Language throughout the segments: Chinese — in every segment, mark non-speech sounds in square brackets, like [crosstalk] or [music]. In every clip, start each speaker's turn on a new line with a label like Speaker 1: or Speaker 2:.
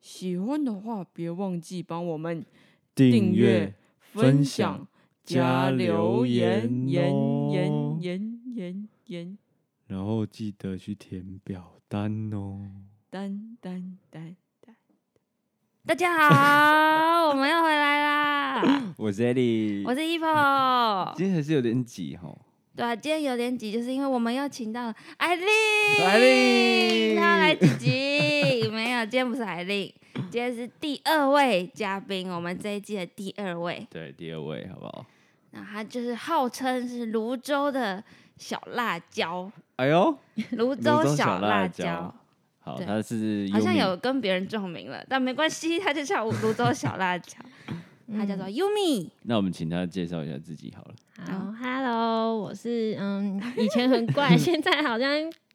Speaker 1: 喜欢的话，别忘记帮我们
Speaker 2: 订阅、
Speaker 1: 分
Speaker 2: 分
Speaker 1: 享
Speaker 2: 享、
Speaker 1: 加
Speaker 2: 加
Speaker 1: 留
Speaker 2: 留
Speaker 1: 言、
Speaker 2: 言
Speaker 1: 言
Speaker 2: 哦
Speaker 1: 言言言言，
Speaker 2: 然后记得去填表单哦。
Speaker 1: 单单
Speaker 2: [laughs]
Speaker 1: 单单。
Speaker 3: 大家好，我们要回来
Speaker 2: [laughs]
Speaker 3: 啦！
Speaker 2: 我是 Eddie，
Speaker 3: 我是 Epo。
Speaker 2: 今天还是有点挤哈。
Speaker 3: 对啊，今天有点挤，就是因为我们又请到艾丽，
Speaker 2: 艾莉
Speaker 3: 她来几集？没有，今天不是艾丽，今天是第二位嘉宾，我们这一季的第二位。
Speaker 2: 对，第二位好不好？
Speaker 3: 那她就是号称是泸州的小辣椒，
Speaker 2: 哎呦，
Speaker 3: 泸
Speaker 2: 泸州
Speaker 3: 小
Speaker 2: 小辣
Speaker 3: 辣
Speaker 2: 椒，好，
Speaker 3: 对
Speaker 2: 他是
Speaker 3: 好像
Speaker 2: 优米
Speaker 3: 有跟别人撞名了，但没关系，她就叫泸州小辣椒，她叫做
Speaker 2: 嗯
Speaker 3: Yumi。
Speaker 2: 那我们请他介绍一下自己好了。嗯
Speaker 4: 好，Hello，我是嗯，以前很怪，现在好像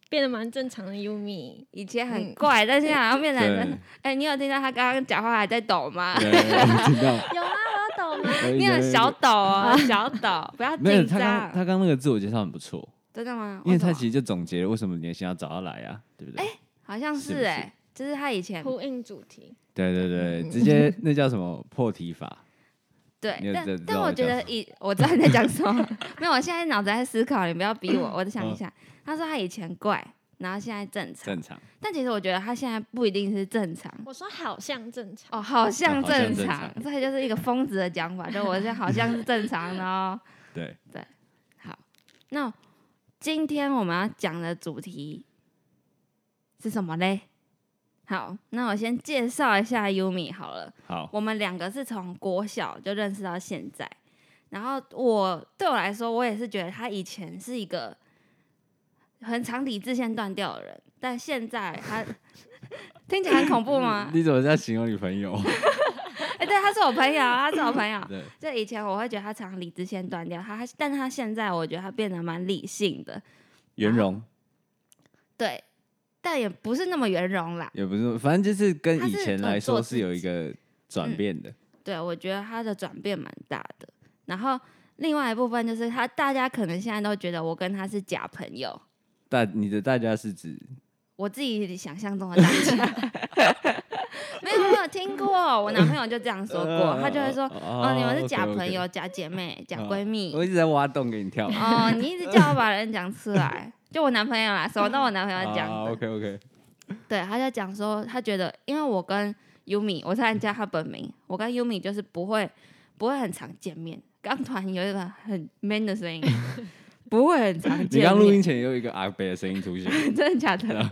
Speaker 4: 变得蛮正常的 Yumi。
Speaker 3: 以前很
Speaker 4: 嗯
Speaker 3: 怪，但现在好像变
Speaker 2: 对
Speaker 3: 得……哎、你有听到他刚刚讲话还在抖吗？
Speaker 2: 对，我知道。
Speaker 4: 有吗？我有懂吗？
Speaker 2: 可以
Speaker 3: 你很
Speaker 2: 可以
Speaker 3: 小抖 [laughs] 哦，小抖，不要
Speaker 2: 没有
Speaker 3: 紧
Speaker 2: 他刚他
Speaker 3: 张。哦
Speaker 2: 刚刚那个自我介绍很不错，
Speaker 3: 真的吗？
Speaker 2: 因为
Speaker 3: 什
Speaker 2: 他
Speaker 3: 么
Speaker 2: 其实就总结了为什么年薪要找他来啊，对不对？
Speaker 3: 好像
Speaker 2: 是不
Speaker 3: 是
Speaker 2: 是
Speaker 3: 哎、就是他以
Speaker 2: 嗯
Speaker 3: 前
Speaker 4: 呼应主题，
Speaker 2: 对对对，
Speaker 4: 嗯
Speaker 2: 直接那叫什么破题法？你
Speaker 3: 对，
Speaker 2: 有知
Speaker 3: 但
Speaker 2: 道
Speaker 3: 但
Speaker 2: 我
Speaker 3: 我
Speaker 2: 在
Speaker 3: 觉
Speaker 2: 讲
Speaker 3: 得以我知道你在讲什么， [laughs] 没有，我现在脑子在思考，你不要逼我，我再想一下。他说他以前怪，然后现在正常
Speaker 2: 嗯正，常，
Speaker 3: 但其实我觉得他现在不一定是正常。
Speaker 4: 我说好像正常
Speaker 3: 哦，好
Speaker 2: 好
Speaker 3: 像
Speaker 2: 像
Speaker 3: 正
Speaker 2: 正
Speaker 3: 常，
Speaker 2: 常
Speaker 3: 这就是一个疯子的讲法，就我现在好像是正常的哦。
Speaker 2: 对，
Speaker 3: 好，那今天我们要讲的主题是什么嘞？好，那我先介绍一下 Yumi 好了。
Speaker 2: 好，
Speaker 3: 我们两个是从国小就认识到现在，然后我对我来说，我也是觉得他以前是一个很常理智线断掉的人，但现在他 [laughs] 听起来很恐
Speaker 2: [laughs]
Speaker 3: 怖吗？
Speaker 2: 你怎么在形容女朋友？
Speaker 3: 哎、对，他是我朋友，他是我
Speaker 2: [laughs]
Speaker 3: 朋友。
Speaker 2: 对，
Speaker 3: 就以前我会觉得他常理智线断掉，他但他现在我觉得他变得蛮理性的，
Speaker 2: 圆
Speaker 3: 啊
Speaker 2: 融
Speaker 3: 对，但也不是那么圆融啦。
Speaker 2: 也不是，反正就是跟
Speaker 3: 他
Speaker 2: 以
Speaker 3: 是
Speaker 2: 前
Speaker 3: 很
Speaker 2: 来
Speaker 3: 做
Speaker 2: 说
Speaker 3: 自
Speaker 2: 是有一个转
Speaker 3: 嗯
Speaker 2: 变的，
Speaker 3: 对，我觉得他的转变蛮大的。然后另外一部分就是他，大家可能现在都觉得我跟他是假朋友，
Speaker 2: 大你的大家是指
Speaker 3: 我自己想象中的大家。 [laughs] 没有，我有听过，我男朋友就这样说
Speaker 2: 呃
Speaker 3: 过，他就会说：“哦，你们是假朋。友、
Speaker 2: OK，OK
Speaker 3: 假姐妹、假
Speaker 2: 哦
Speaker 3: 闺蜜。
Speaker 2: 我一直在挖洞给你跳”。啊
Speaker 3: 哦，你一直叫我把人讲出来， [laughs] 就我男朋友啦，什么都我男朋友讲的。
Speaker 2: OK OK，
Speaker 3: 对，他就讲说，他觉得因为我跟 Yumi，我差点叫他本名，我跟 Yumi 就是不会不会很常见面。刚突然有一个很 man 的声音，不会很常
Speaker 2: 你
Speaker 3: 见
Speaker 2: 刚录音
Speaker 3: 面，
Speaker 2: 前有一个阿北的声音出现， [laughs]
Speaker 3: 真的假的
Speaker 2: 啊？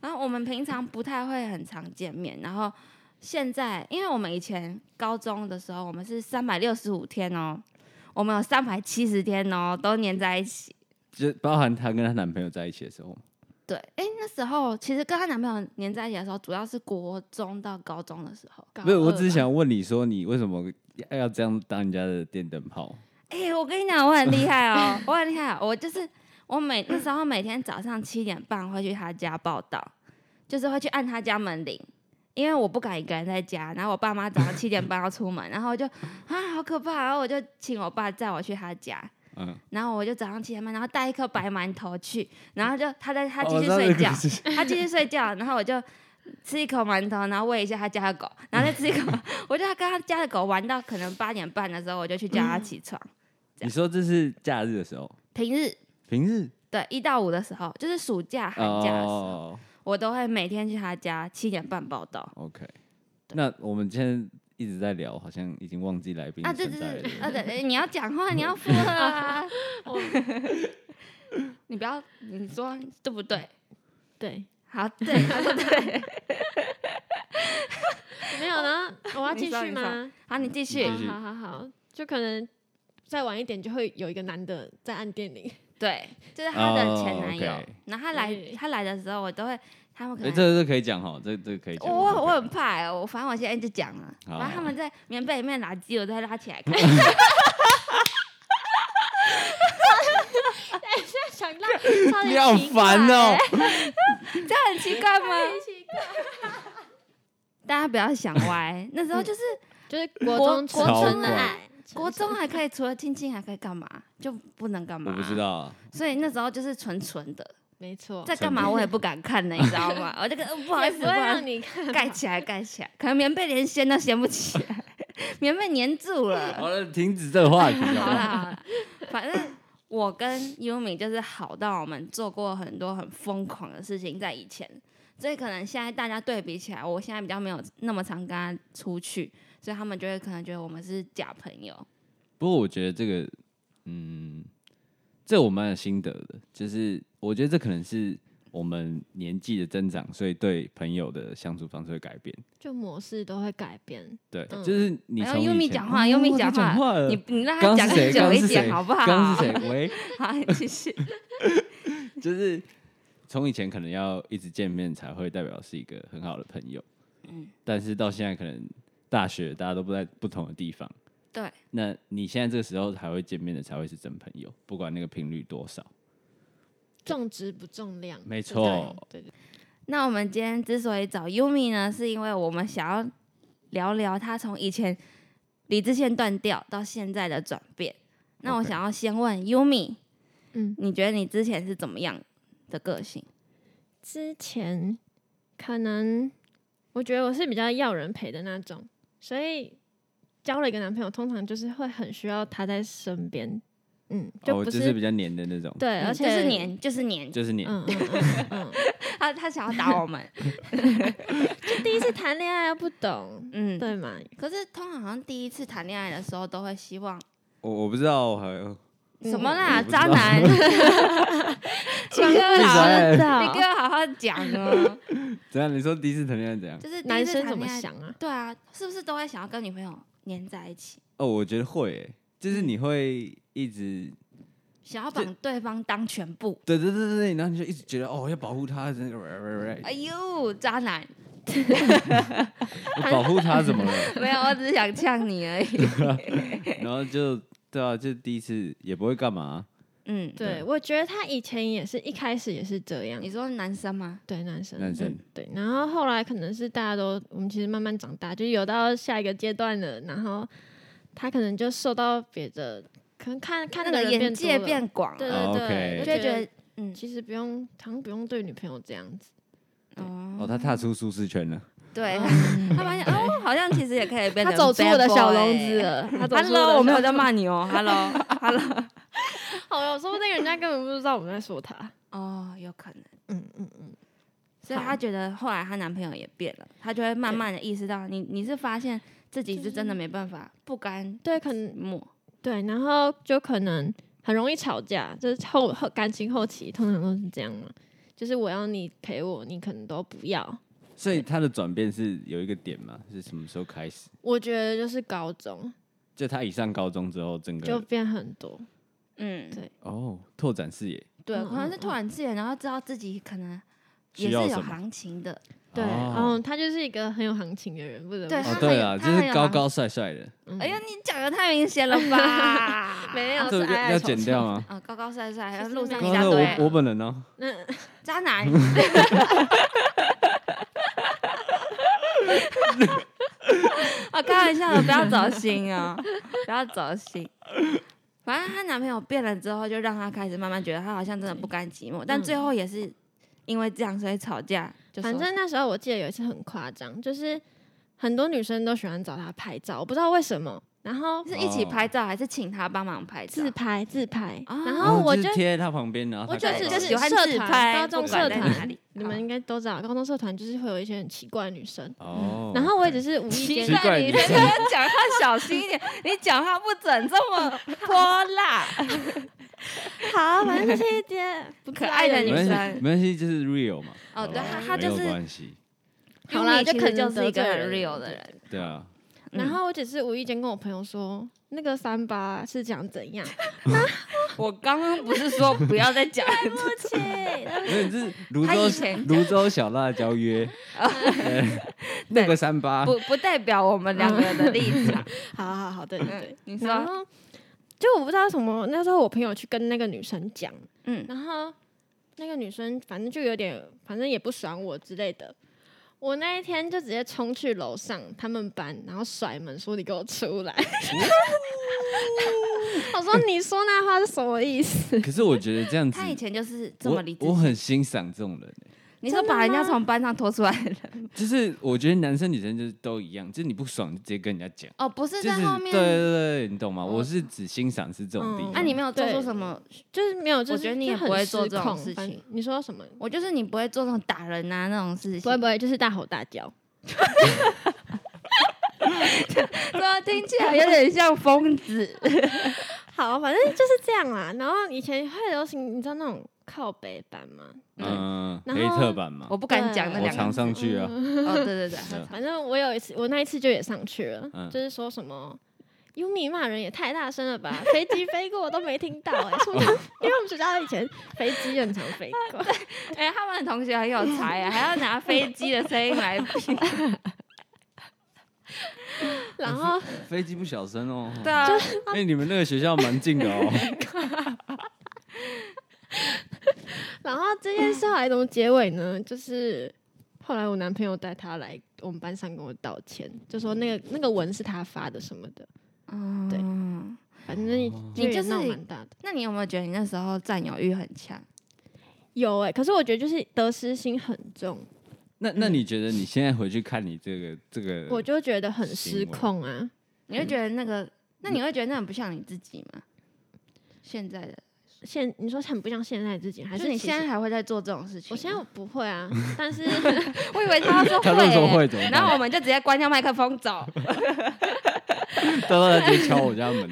Speaker 3: 然后我们平常不太会很常见面，然后现在，因为我们以前高中的时候，我们是三百六十五天哦，我们有三百七十天哦，都黏在一起。
Speaker 2: 就包含她跟她男朋友在一起的时候嘛。
Speaker 3: 对，哎，那时候其实跟她男朋友黏在一起的时候，主要是国中到高中的时候。
Speaker 2: 不是，我只是想问你说，你为什么要这样当人家的电灯泡？
Speaker 3: 哎、我跟你讲，我很厉害哦，我很厉害哦、我就是我每那时候每天早上七点半会去他家报道，就是会去按他家门铃，因为我不敢一个人在家。然后我爸妈早上七点半要出门，然后我就啊好可怕，然后我就请我爸载我去他家，
Speaker 2: 嗯，
Speaker 3: 然后我就早上七点半，然后带一颗白馒头去，然后就他在他
Speaker 2: 哦
Speaker 3: 继续
Speaker 2: 我知道
Speaker 3: 睡
Speaker 2: 这个
Speaker 3: 觉，
Speaker 2: 故事
Speaker 3: [laughs] 他继续睡觉，然后我就吃一口馒头，然后喂一下他家的狗，然后再吃一口， [laughs] 我就跟他家的狗玩到可能八点半的时候，我就去叫
Speaker 2: 嗯
Speaker 3: 他起床。这样
Speaker 2: 你说这是假日的时候，
Speaker 3: 平日
Speaker 2: 平日
Speaker 3: 对一到五的时候，就是暑假寒假的时候，
Speaker 2: 哦
Speaker 3: 我都会每天去他家七点半报道。
Speaker 2: ，OK。那我们今天一直在聊，好像已经忘记来宾
Speaker 3: 啊，
Speaker 2: 的
Speaker 3: 对
Speaker 2: 存
Speaker 3: 对
Speaker 2: 在了。
Speaker 3: 对，啊对，哎你要讲
Speaker 2: [laughs]
Speaker 3: 话，你要附和啊
Speaker 4: 我，
Speaker 3: 你不要，你说对不对？
Speaker 4: 对，
Speaker 3: 好，对，他说对，
Speaker 4: 没有呢，我要继
Speaker 3: 你说
Speaker 4: 续
Speaker 3: 你
Speaker 4: 吗？
Speaker 3: 好，你继
Speaker 2: 继
Speaker 3: 续。
Speaker 4: 哦
Speaker 2: 续
Speaker 4: 好好好，就可能再晚一点就会有一个男的在按电 [laughs] 铃，
Speaker 3: 对，就是她的前
Speaker 2: 哦
Speaker 3: 男友。
Speaker 2: ，OK
Speaker 3: 然后她来
Speaker 4: 对
Speaker 3: 她来的时候，我都会他们可
Speaker 2: 哎，
Speaker 3: 能、
Speaker 2: 这个是可以讲哈，这个这个可以讲。
Speaker 3: 呃我我我
Speaker 2: 这个可以 [laughs]
Speaker 3: 很怕、欸，我反正我现在就讲了，
Speaker 2: 好
Speaker 3: 然后他们在棉被里面拉鸡，我都会拉起
Speaker 2: [laughs]
Speaker 3: 来看。
Speaker 4: 想
Speaker 2: [laughs]
Speaker 4: 到超
Speaker 2: 讲
Speaker 4: 级
Speaker 2: 你好
Speaker 4: 奇怪欸
Speaker 2: 烦
Speaker 3: 欸
Speaker 2: 哦！
Speaker 3: 这样很奇怪吗？
Speaker 4: 超级奇怪
Speaker 3: 大家不要想歪，那时候就是
Speaker 2: 嗯
Speaker 4: 就是国
Speaker 3: 国国
Speaker 4: 中纯纯
Speaker 2: 中
Speaker 4: 的
Speaker 2: 啊
Speaker 4: 爱，成
Speaker 3: 国中还可以除了亲亲还可以干嘛？就不能干嘛？啊
Speaker 2: 我不知。道，
Speaker 3: 所以那时候就是纯纯的，
Speaker 4: 没
Speaker 2: 哦
Speaker 4: 错，
Speaker 3: 在干嘛我也不敢看呢，你知
Speaker 2: [laughs]
Speaker 3: 道吗？我就跟呃不好意
Speaker 4: 也
Speaker 3: 思，
Speaker 4: 不
Speaker 3: 不
Speaker 4: 会
Speaker 3: 好
Speaker 2: 啊
Speaker 3: 意
Speaker 4: 让
Speaker 3: 思
Speaker 4: 你看
Speaker 3: 盖起来，盖起来，可能棉被连掀都掀不起来，棉被粘住
Speaker 2: [laughs]
Speaker 3: 了。
Speaker 2: 好了，停止这个话题
Speaker 3: [laughs] 好
Speaker 2: 好
Speaker 3: 啦
Speaker 2: 了。
Speaker 3: 好啦，反正我跟 Yumi 就是好到我们做过很多很疯狂的事情，在以前，所以可能现在大家对比起来，我现在比较没有那么常跟他出去，所以他们就会可能觉得我们是假朋友。
Speaker 2: 不过我觉得这个，嗯，这我蛮有心得的，就是我觉得这可能是我们年纪的增长，所以对朋友的相处方式会改变。
Speaker 4: 就模式都会改变。
Speaker 2: 对，
Speaker 4: 嗯
Speaker 2: 就是你
Speaker 3: 然后
Speaker 2: 从以
Speaker 3: Yumi
Speaker 2: 前
Speaker 3: 讲话
Speaker 2: 哦
Speaker 3: ，Yumi
Speaker 2: 我在
Speaker 3: 讲话
Speaker 2: 话了，
Speaker 3: 你你让他
Speaker 2: 刚
Speaker 3: 讲
Speaker 2: 是谁？
Speaker 3: 久
Speaker 2: 刚
Speaker 3: 一
Speaker 2: 是谁？
Speaker 3: 点好不好？
Speaker 2: 刚是谁？喂，
Speaker 3: 好，继续。
Speaker 2: 就是从以前可能要一直见面才会代表是一个很好的朋友，嗯，但是到现在可能大学大家都不在不同的地方，
Speaker 3: 对，
Speaker 2: 那你现在这个时候还会见面的才会是真朋友，不管那个频率多少。
Speaker 4: 重质不重量，
Speaker 2: 没
Speaker 4: 就
Speaker 2: 错
Speaker 4: 这样，对对，
Speaker 3: 那我们今天之所以找 Yumi 呢，是因为我们想要聊聊她从以前理智线断掉到现在的转变。那我
Speaker 2: OK
Speaker 3: 想要先问 Yumi，
Speaker 4: 嗯，
Speaker 3: 你觉得你之前是怎么样的个性？
Speaker 4: 之前可能我觉得我是比较要人陪的那种，所以交了一个男朋友，通常就是会很需要他在身边，嗯，就
Speaker 2: 哦，
Speaker 4: 不
Speaker 2: 就是比较黏的那种，
Speaker 4: 对，而且
Speaker 3: 就是，黏，就是黏，
Speaker 2: 就是黏。
Speaker 4: 嗯嗯嗯嗯，
Speaker 3: 他他想要打我们，
Speaker 4: 嗯第一次谈恋爱又不懂，
Speaker 3: 嗯，。
Speaker 4: 对嘛？
Speaker 3: 可是通常好像第一次谈恋爱的时候都会希望
Speaker 2: 我我不知道，我还
Speaker 3: 什么啦，
Speaker 2: 我不知
Speaker 3: 渣
Speaker 2: 道
Speaker 3: 男，请各位
Speaker 2: 闭
Speaker 3: 好好，
Speaker 2: 嘴
Speaker 3: 你给我好好讲哦。
Speaker 2: 怎样？你说第一次谈恋爱怎样？
Speaker 3: 就是第一
Speaker 4: 男
Speaker 3: 次
Speaker 4: 生
Speaker 3: 谈
Speaker 4: 怎么
Speaker 3: 恋爱
Speaker 4: 想啊？
Speaker 3: 对啊，是不是都会想要跟女朋友黏在一起，
Speaker 2: 哦，我觉得会、欸，就是你会一直，
Speaker 3: 想要把对方当全部？
Speaker 2: 嗯对对对对对，然后你就一直觉得哦，要保护他，真的，
Speaker 3: 哎呦，渣 [laughs] 男！
Speaker 2: 我保护他怎么了？
Speaker 3: 没有，我只是想呛你而 [laughs] 已。
Speaker 2: 然后就对啊，就第一次也不会干嘛、啊
Speaker 3: 嗯，
Speaker 4: 对，我觉得他以前也是一开始也是这样
Speaker 3: 你，说男生吗？
Speaker 4: 对男生，
Speaker 2: 男生
Speaker 4: 嗯对，然后后来可能是大家都，我们其实慢慢长大，就有到下一个阶段了，然后他可能就受到别的，可能看看
Speaker 3: 那
Speaker 4: 的
Speaker 3: 个眼
Speaker 4: 人多
Speaker 3: 界
Speaker 4: 了
Speaker 3: 变广
Speaker 4: 对
Speaker 3: 了，
Speaker 2: 哦
Speaker 4: 对对，
Speaker 2: OK
Speaker 4: 就
Speaker 3: 就会
Speaker 4: 觉
Speaker 3: 觉
Speaker 4: 得
Speaker 3: 得嗯，
Speaker 4: 其实不用，好像不用对女朋友这样子，
Speaker 2: 哦，
Speaker 3: 哦，
Speaker 2: 他踏出舒适圈了。
Speaker 3: 对，
Speaker 4: 他
Speaker 3: 他发现哦，好像其实也可以变
Speaker 4: 他
Speaker 3: 成
Speaker 4: 走出我的
Speaker 3: bad
Speaker 4: 小
Speaker 3: boy
Speaker 4: 笼子。了，他走出
Speaker 3: Hello，我没有在
Speaker 4: 骂，
Speaker 3: 骂你哦。Hello，Hello。
Speaker 4: 好了，说不定人家根本不知道我们在说他，
Speaker 3: [laughs] 哦，有可能。
Speaker 4: 嗯嗯嗯，
Speaker 3: 所以
Speaker 4: 好
Speaker 3: 她觉得后来她男朋友也变了，她就会慢慢的意识到，你你是发现自己是真的没办法，不甘
Speaker 4: 对，可能
Speaker 3: 默。
Speaker 4: 对，然后就可能很容易吵架，就是后后感情后期通常都是这样嘛，就是我要你陪我，你可能都不要。
Speaker 2: 所以他的转变是有一个点嘛，是什么时候开始？
Speaker 4: 我觉得就是高中
Speaker 2: 就他一上高中之后，整
Speaker 4: 就
Speaker 2: 个
Speaker 4: 变很多，
Speaker 3: 嗯，
Speaker 4: 对
Speaker 2: 哦拓展视野，
Speaker 3: 对，
Speaker 4: 嗯
Speaker 3: 可能
Speaker 4: 嗯
Speaker 3: 是
Speaker 4: 嗯
Speaker 3: 突然之间，然后知道自己可能
Speaker 2: 需
Speaker 3: 也是
Speaker 2: 要
Speaker 3: 有
Speaker 2: 什么？
Speaker 3: 行情的，
Speaker 4: 对，然后
Speaker 2: 哦
Speaker 4: 他就是一个很有行情的人，不得不
Speaker 3: 嗯对
Speaker 4: 说
Speaker 2: 哦，
Speaker 3: 他
Speaker 2: 对
Speaker 3: 很
Speaker 2: 啊，就
Speaker 3: 他很
Speaker 2: 是
Speaker 3: 有
Speaker 2: 高
Speaker 3: 行
Speaker 2: 高帅帅的，
Speaker 4: 嗯
Speaker 3: 哎呀，你讲的太明显了
Speaker 4: [laughs]
Speaker 3: 吧？
Speaker 4: 没有
Speaker 3: 啊、
Speaker 2: 这
Speaker 4: 是
Speaker 2: 个
Speaker 4: 矮
Speaker 2: 要
Speaker 4: 矮
Speaker 2: 要
Speaker 4: 丑
Speaker 2: 剪
Speaker 4: 丑 [laughs]
Speaker 2: 掉吗？
Speaker 3: 高高帅帅，还
Speaker 4: 其
Speaker 3: 有
Speaker 4: 实
Speaker 3: 路上
Speaker 4: 没
Speaker 3: 一
Speaker 2: 高
Speaker 3: 大
Speaker 2: 帅
Speaker 3: 堆
Speaker 2: 我我本人哦，
Speaker 4: 那
Speaker 3: 渣男。 [laughs] 我啊开玩笑的，不要走心哦，不要走心。反正她男朋友变了之后，就让她开始慢慢觉得她好像真的不甘寂寞，但
Speaker 4: 嗯
Speaker 3: 最后也是因为这样所以吵架。就
Speaker 4: 反
Speaker 3: 说
Speaker 4: 正那时候我记得有一次很夸张，就是很多女生都喜欢找他拍照，我不知道为什么，然后
Speaker 3: 是一起
Speaker 2: 哦
Speaker 3: 拍照还是请她帮忙拍照
Speaker 4: 自？拍自拍，
Speaker 3: 哦
Speaker 4: 然后我
Speaker 2: 就
Speaker 4: 就是
Speaker 2: 贴在他旁边，然后
Speaker 4: 我
Speaker 2: 他
Speaker 4: 就
Speaker 2: 高
Speaker 4: 是
Speaker 2: 高
Speaker 3: 就
Speaker 2: 帅
Speaker 4: 就是
Speaker 3: 喜欢
Speaker 4: 社
Speaker 3: 自
Speaker 4: 团
Speaker 3: 拍，
Speaker 4: 高中
Speaker 3: 不管
Speaker 4: 社
Speaker 3: 在
Speaker 4: 团
Speaker 3: 哪里，嗯
Speaker 4: 你们
Speaker 3: 好
Speaker 4: 应该都知道，高中社团就是会有一些很奇怪的女生。
Speaker 3: 嗯
Speaker 2: 哦，
Speaker 4: 然后我也只是无意
Speaker 3: 奇
Speaker 4: 间，
Speaker 3: 怪，
Speaker 2: 怪
Speaker 3: 你
Speaker 2: 你
Speaker 3: 这
Speaker 2: 这
Speaker 3: 个
Speaker 4: [laughs]
Speaker 3: 要 [laughs] 讲话小心一点， [laughs] 你讲话不准这么泼 [laughs] 辣。
Speaker 4: 好，哦反正就是一些不
Speaker 3: 可爱的
Speaker 2: 没
Speaker 3: 女
Speaker 2: 关
Speaker 3: 生
Speaker 2: 系，没关系，就是 real 嘛。
Speaker 3: 哦对
Speaker 2: 好不好
Speaker 3: 他他
Speaker 2: 没
Speaker 3: 就
Speaker 2: 有
Speaker 3: 是
Speaker 2: 关系，
Speaker 4: 好啦，
Speaker 3: Yumi
Speaker 4: 就
Speaker 3: 其
Speaker 4: 可
Speaker 3: 实
Speaker 4: 能
Speaker 3: 就是一
Speaker 4: 得
Speaker 3: 个
Speaker 4: 罪
Speaker 3: 很
Speaker 4: 人
Speaker 3: real 的。
Speaker 4: 对对
Speaker 3: 人，
Speaker 2: 对
Speaker 3: [laughs]
Speaker 2: 啊，
Speaker 4: 对
Speaker 3: 嗯
Speaker 4: 然后我只是无意间跟我朋友说，那个三八是讲怎样？ [laughs]
Speaker 3: 我刚刚不是说不要再 [laughs] 讲，
Speaker 4: 对不起，
Speaker 2: 没有你是泸
Speaker 3: 他以
Speaker 2: 州
Speaker 3: 前哦
Speaker 2: 泸州小辣椒
Speaker 3: [laughs]
Speaker 2: 约，对那个三八
Speaker 3: 不嗯不代表我们两个的立场。
Speaker 4: [laughs] 好好好，对对对。
Speaker 3: 嗯你
Speaker 4: 然
Speaker 3: 说，
Speaker 4: 后就我不知道什么，那时候我朋友去跟那个女生讲，
Speaker 3: 嗯，
Speaker 4: 然后那个女生反正就有点，反正也不爽我之类的。我那一天就直接冲去楼上他们班，然后甩门说：“你给我出来！” [laughs] 我说：“你说那话是什么意思 [laughs]
Speaker 2: 可是我觉得这样子，
Speaker 3: 他以前就是这么
Speaker 2: 我
Speaker 3: 理智
Speaker 2: 我。很欣赏这种人、欸
Speaker 3: 你说把人家从班上拖出来的人，
Speaker 2: 就是我觉得男生女生就是都一样，就是你不爽就直接跟人家讲。
Speaker 3: [laughs] 哦，不是
Speaker 2: 就
Speaker 3: 在
Speaker 2: 是
Speaker 3: 后
Speaker 2: 对
Speaker 3: 面。
Speaker 2: 对对，你懂吗？
Speaker 3: 哦啊
Speaker 2: 我是只欣赏是这种地
Speaker 4: 嗯
Speaker 2: 方。
Speaker 3: 那、你没有做出
Speaker 4: 对
Speaker 3: 什么？？”
Speaker 4: 就是没有，就是
Speaker 3: 觉得你
Speaker 4: 就
Speaker 3: 也
Speaker 4: 很
Speaker 3: 不会做
Speaker 4: 失
Speaker 3: 这种
Speaker 4: 控
Speaker 3: 事
Speaker 4: 反
Speaker 3: 情
Speaker 4: 你说什么？
Speaker 3: 我就是你不会做那种打人啊那种事情。
Speaker 4: 不会不会，就是大吼大叫。
Speaker 3: [laughs] 怎么啊听起来有点像疯子？
Speaker 4: 好，反正就是这样啦。然后以前会流行，你知道那种靠北版吗？
Speaker 2: 嗯，
Speaker 4: 然
Speaker 2: 黑
Speaker 4: 后
Speaker 2: 特版嘛
Speaker 3: [laughs] 我，不敢讲那
Speaker 2: 我
Speaker 3: 两
Speaker 2: 常
Speaker 3: 个字。
Speaker 2: 上去啊。
Speaker 3: 哦，对对对，
Speaker 2: 嗯
Speaker 4: 反正我有一次，我那一次就也上去了，
Speaker 2: 嗯
Speaker 4: 就是说什么。优米骂人也太大声了吧！飞机飞过我都没听到哎、欸，通常因为我们学校以前飞机很常飞过，
Speaker 3: [laughs] 哎、他们的同学很有才 [laughs] 啊，还要拿飞机的声音 [laughs] 来比。
Speaker 4: 然后
Speaker 2: 飞机不小声哦。
Speaker 3: 对啊，
Speaker 2: [laughs]
Speaker 3: [laughs]
Speaker 2: 哎、你们那个学校蛮近的哦。
Speaker 4: 然后这件事后来怎么结尾呢？就是后来我男朋友带他来我们班上跟我道歉，就说那个那个文是他发的什么的，对
Speaker 3: 嗯，
Speaker 4: 反正
Speaker 3: 你就是
Speaker 4: 闹蛮大的。
Speaker 3: 那你有没有觉得你那时候占有欲很强？
Speaker 4: 有哎、可是我觉得就是得失心很重，
Speaker 2: 那那你觉得你现在回去看你这个这个，
Speaker 4: 我就觉得很
Speaker 2: 行
Speaker 4: 失
Speaker 2: 为
Speaker 4: 控啊。
Speaker 3: 你会觉得那个，那你会觉得那很不像你自己吗？嗯现在的，
Speaker 4: 现你说很不像现在自己，还
Speaker 3: 就是你
Speaker 4: 其
Speaker 3: 现
Speaker 4: 实
Speaker 3: 在还会在做这种事情吗？
Speaker 4: 我
Speaker 3: [laughs]
Speaker 4: 现在不
Speaker 2: [laughs]
Speaker 4: 会啊，但是
Speaker 3: 我以为他要说
Speaker 2: 他
Speaker 3: 会、欸
Speaker 2: 乱说会怎么
Speaker 3: 然后我
Speaker 2: 办？
Speaker 3: 们就直接关掉麦克风走。
Speaker 2: 到时候他直接敲我家门。